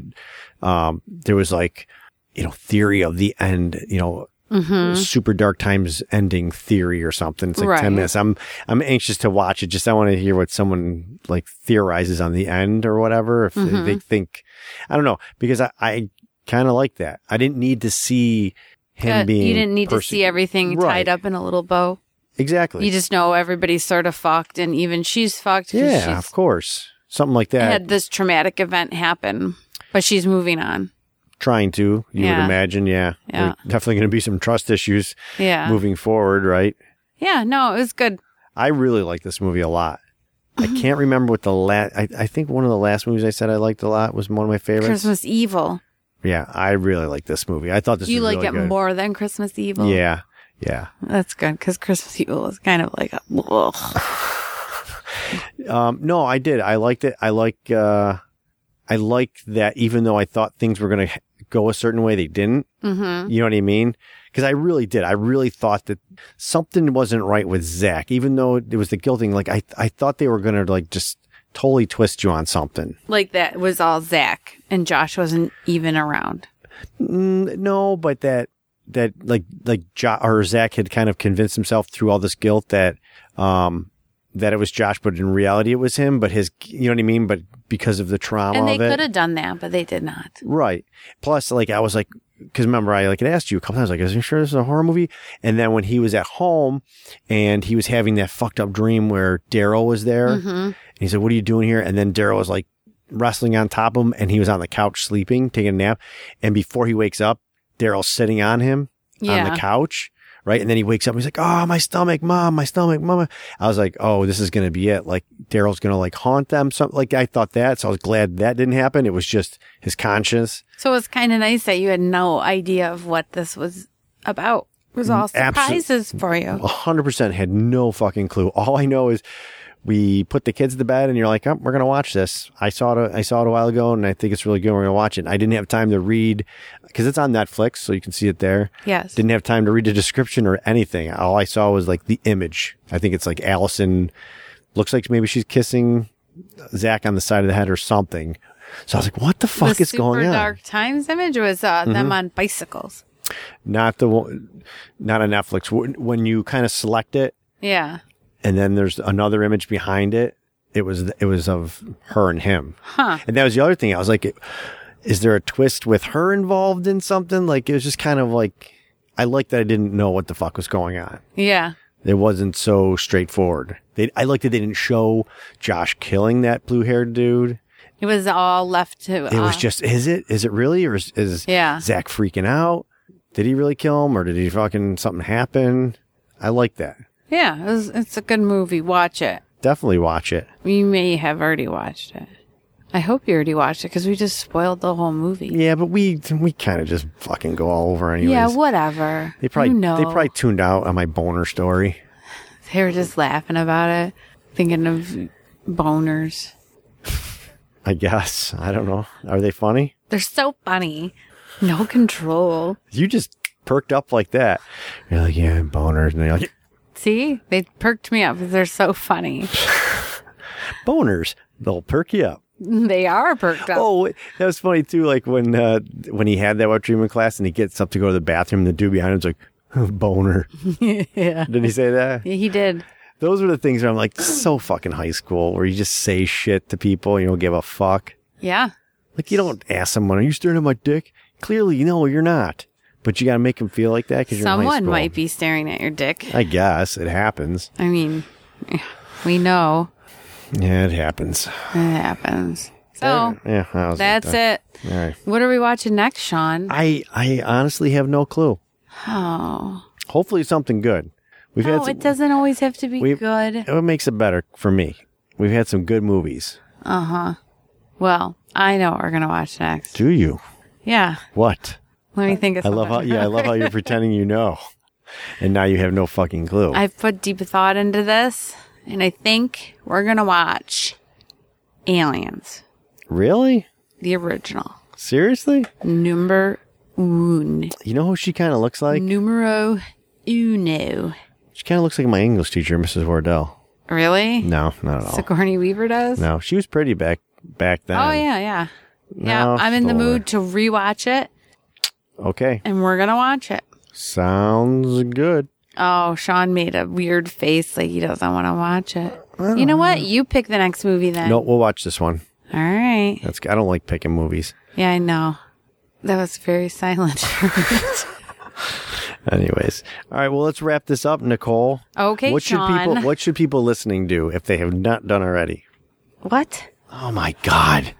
Speaker 3: um, there was like you know theory of the end, you know
Speaker 2: hmm
Speaker 3: super dark times ending theory or something. It's like
Speaker 2: Right.
Speaker 3: ten minutes. I'm I'm anxious to watch it. Just I want to hear what someone like theorizes on the end or whatever. If they-
Speaker 2: Mhm.
Speaker 3: they, think, I don't know, because I, I kind of like that. I didn't need to see him being.
Speaker 2: you didn't need to
Speaker 3: perse-
Speaker 2: see everything
Speaker 3: Right.
Speaker 2: tied up in a little bow.
Speaker 3: exactly.
Speaker 2: You just know everybody's sort of fucked, and even she's fucked. 'cause
Speaker 3: yeah,
Speaker 2: she's
Speaker 3: of course, something like that.
Speaker 2: had this traumatic event happen, but she's moving on.
Speaker 3: Trying to, you would
Speaker 2: Yeah.
Speaker 3: imagine, yeah,
Speaker 2: Yeah.
Speaker 3: There's definitely going to be some trust issues
Speaker 2: Yeah,
Speaker 3: moving forward, right?
Speaker 2: yeah. No, it was good.
Speaker 3: I really like this movie a lot. I can't remember what the last. I, I think one of the last movies I said I liked a lot was one of my favorites.
Speaker 2: Christmas Evil.
Speaker 3: Yeah, I really like this movie. I thought this
Speaker 2: you
Speaker 3: was
Speaker 2: like
Speaker 3: really
Speaker 2: it
Speaker 3: good.
Speaker 2: more than Christmas Evil.
Speaker 3: Yeah, yeah.
Speaker 2: that's good because Christmas Evil is kind of like, a, ugh.
Speaker 3: Um, no, I did. I liked it. I like. Uh, I like that. Even though I thought things were going to go a certain way, they didn't.
Speaker 2: hmm
Speaker 3: You know what I mean? Because I really did. I really thought that something wasn't right with Zach. Even though it was the guilting, like I, I thought they were going to like just totally twist you on something.
Speaker 2: like that was all Zach and Josh wasn't even around.
Speaker 3: Mm, no, but that that like like jo- or Zach had kind of convinced himself through all this guilt that um that it was Josh, but in reality it was him. But his, you know what I mean. But because of the trauma
Speaker 2: and they
Speaker 3: of it,
Speaker 2: could have done that, but they did not.
Speaker 3: right? Plus, like I was like, because remember I like had asked you a couple times, like, is you sure this is a horror movie? And then when he was at home and he was having that fucked up dream where Daryl was there,
Speaker 2: hmm
Speaker 3: and he said, What are you doing here? And then Daryl was like wrestling on top of him and he was on the couch sleeping, taking a nap. And before he wakes up, Daryl's sitting on him on
Speaker 2: Yeah.
Speaker 3: the couch. Right. And then he wakes up and he's like, Oh, my stomach, mom, my stomach, mama. I was like, Oh, this is going to be it. Like Daryl's going to like haunt them. Something like I thought that. So I was glad that didn't happen. It was just his conscience.
Speaker 2: So it's kind of nice that you had no idea of what this was about. It
Speaker 3: Mm,
Speaker 2: was all
Speaker 3: Absol-
Speaker 2: surprises for you.
Speaker 3: 100% had no fucking clue. All I know is we put the kids to bed and you're like, "Oh, we're going to watch this." I saw it I saw it a while ago and I think it's really good. We're going to watch it. And I didn't have time to read cuz it's on Netflix, so you can see it there.
Speaker 2: Yes.
Speaker 3: Didn't have time to read the description or anything. All I saw was like the image. I think it's like Allison looks like maybe she's kissing Zach on the side of the head or something. So I was like, "What the fuck
Speaker 2: the
Speaker 3: is going
Speaker 2: Super
Speaker 3: on?" Mm-hmm.
Speaker 2: Dark Times image was uh, them on bicycles.
Speaker 3: Not the one, not on Netflix. When when you kind of select it,
Speaker 2: Yeah.
Speaker 3: and then there's another image behind it. It was it was of her and him,
Speaker 2: Huh.
Speaker 3: and that was the other thing. I was like, is there a twist with her involved in something? Like it was just kind of like I liked that I didn't know what the fuck was going on.
Speaker 2: Yeah.
Speaker 3: It wasn't so straightforward. They, I liked that they didn't show Josh killing that blue haired dude.
Speaker 2: It was all left to.
Speaker 3: It was
Speaker 2: uh,
Speaker 3: just is it is it really or is, is
Speaker 2: Yeah.
Speaker 3: Zach freaking out? Did he really kill him or did he fucking something happen? I like that.
Speaker 2: Yeah. It was, it's a good movie. Watch it.
Speaker 3: Definitely watch it.
Speaker 2: You may have already watched it. I hope you already watched it because we just spoiled the whole movie.
Speaker 3: Yeah, but we we kind of just fucking go all over anyways.
Speaker 2: Yeah, whatever.
Speaker 3: they probably
Speaker 2: you know.
Speaker 3: they probably tuned out on my boner story.
Speaker 2: They were just laughing about it, thinking of boners.
Speaker 3: I guess. I don't know. Are they funny?
Speaker 2: They're so funny. No control.
Speaker 3: You just perked up like that. You're like, yeah, boners. And you're like,
Speaker 2: See, they perked me up. They're so funny.
Speaker 3: boners. They'll perk you up.
Speaker 2: They are perked up.
Speaker 3: Oh, that was funny too. Like when uh, when he had that wet treatment class and he gets up to go to the bathroom, the dude behind him's like, boner.
Speaker 2: yeah.
Speaker 3: Didn't he say that?
Speaker 2: Yeah, He did.
Speaker 3: Those are the things where I'm like, so fucking high school, where you just say shit to people, you don't give a fuck.
Speaker 2: Yeah.
Speaker 3: Like you don't ask someone, "Are you staring at my dick?" Clearly, no, you're not. But you got to make them feel like that because you're in high
Speaker 2: Someone
Speaker 3: school.
Speaker 2: might be staring at your dick.
Speaker 3: I guess it happens.
Speaker 2: I mean, we know
Speaker 3: Yeah, it happens.
Speaker 2: it happens. So
Speaker 3: yeah, I was
Speaker 2: that's it.
Speaker 3: All right.
Speaker 2: What are we watching next, Sean?
Speaker 3: I I honestly have no clue.
Speaker 2: Oh,
Speaker 3: Hopefully, something good. We've Uh, had
Speaker 2: no,
Speaker 3: some,
Speaker 2: it doesn't always have to be
Speaker 3: we-
Speaker 2: good.
Speaker 3: It makes it better for me. We've had some good movies.
Speaker 2: Well, I know what we're gonna watch next.
Speaker 3: Do you?
Speaker 2: Yeah,
Speaker 3: What?
Speaker 2: let me think of
Speaker 3: I
Speaker 2: something.
Speaker 3: love how yeah, I love how you're pretending you know, and now you have no fucking clue.
Speaker 2: I've put deep thought into this, and I think we're gonna watch Aliens,
Speaker 3: really?
Speaker 2: the original
Speaker 3: Seriously?
Speaker 2: number one,
Speaker 3: You know who she kind of looks like?
Speaker 2: numero uno.
Speaker 3: She kind of looks like my English teacher, Mrs. Wardell.
Speaker 2: Really?
Speaker 3: No, not at all.
Speaker 2: Sigourney Weaver does.
Speaker 3: No, she was pretty back back then.
Speaker 2: Oh yeah, yeah, yeah.
Speaker 3: No,
Speaker 2: I'm in the
Speaker 3: don't worry.
Speaker 2: mood to rewatch it,
Speaker 3: Okay,
Speaker 2: and we're gonna watch it.
Speaker 3: sounds good.
Speaker 2: Oh, Sean made a weird face like he doesn't want to watch it. You know what? You pick the next movie then.
Speaker 3: No, we'll watch this one.
Speaker 2: All right.
Speaker 3: That's I don't like picking movies.
Speaker 2: Yeah, I know. That was very silent.
Speaker 3: Anyways, all right. Well, let's wrap this up, Nicole.
Speaker 2: Okay,
Speaker 3: what should
Speaker 2: Sean.
Speaker 3: people What should people listening do if they have not done already?
Speaker 2: what?
Speaker 3: Oh my God!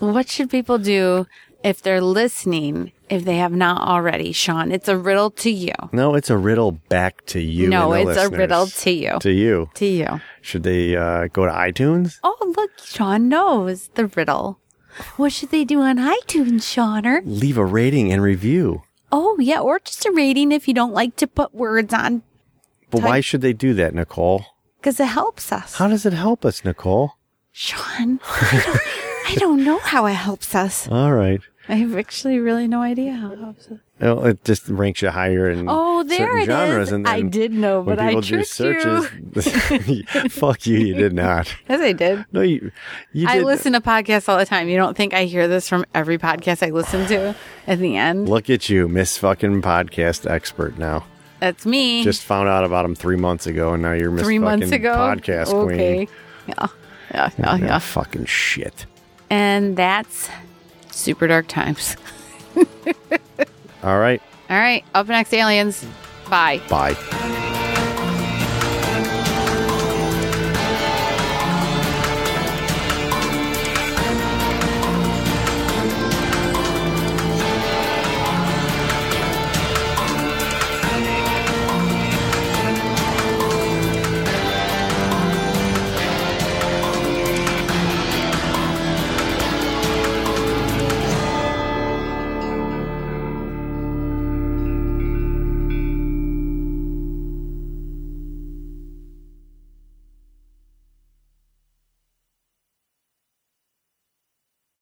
Speaker 2: What should people do if they're listening if they have not already, Sean? It's a riddle to you.
Speaker 3: No, it's a riddle back to you.
Speaker 2: no,
Speaker 3: and
Speaker 2: it's a
Speaker 3: the listeners.
Speaker 2: riddle to you.
Speaker 3: To you,
Speaker 2: To you.
Speaker 3: should they uh, go to iTunes?
Speaker 2: Oh, look, Sean knows the riddle. What should they do on iTunes, Seaner?
Speaker 3: Leave a rating and review.
Speaker 2: Oh, yeah, or just a rating if you don't like to put words on
Speaker 3: But why should they do that, Nicole?
Speaker 2: because it helps us.
Speaker 3: How does it help us, Nicole?
Speaker 2: Sean, I don't, I don't know how it helps us.
Speaker 3: All right.
Speaker 2: I have actually really no idea how it helps us.
Speaker 3: Well, it just ranks you higher in
Speaker 2: Oh, there
Speaker 3: certain
Speaker 2: it is.
Speaker 3: genres, and then
Speaker 2: I did know,
Speaker 3: when
Speaker 2: but I
Speaker 3: people do
Speaker 2: tricked
Speaker 3: searches,
Speaker 2: you.
Speaker 3: fuck you, you did not.
Speaker 2: Yes, I did.
Speaker 3: No, you, you did.
Speaker 2: I listen to podcasts all the time. You don't think I hear this from every podcast I listen to at the end?
Speaker 3: Look at you, Miss fucking podcast expert. Now,
Speaker 2: That's me.
Speaker 3: just found out about him three months ago, and now you're Miss
Speaker 2: three
Speaker 3: fucking
Speaker 2: months ago.
Speaker 3: podcast
Speaker 2: okay.
Speaker 3: queen.
Speaker 2: Yeah. Yeah, yeah,
Speaker 3: Yeah,
Speaker 2: yeah.
Speaker 3: fucking shit.
Speaker 2: And that's Super Dark Times.
Speaker 3: All right,
Speaker 2: All right, up next, aliens. Bye.
Speaker 3: bye.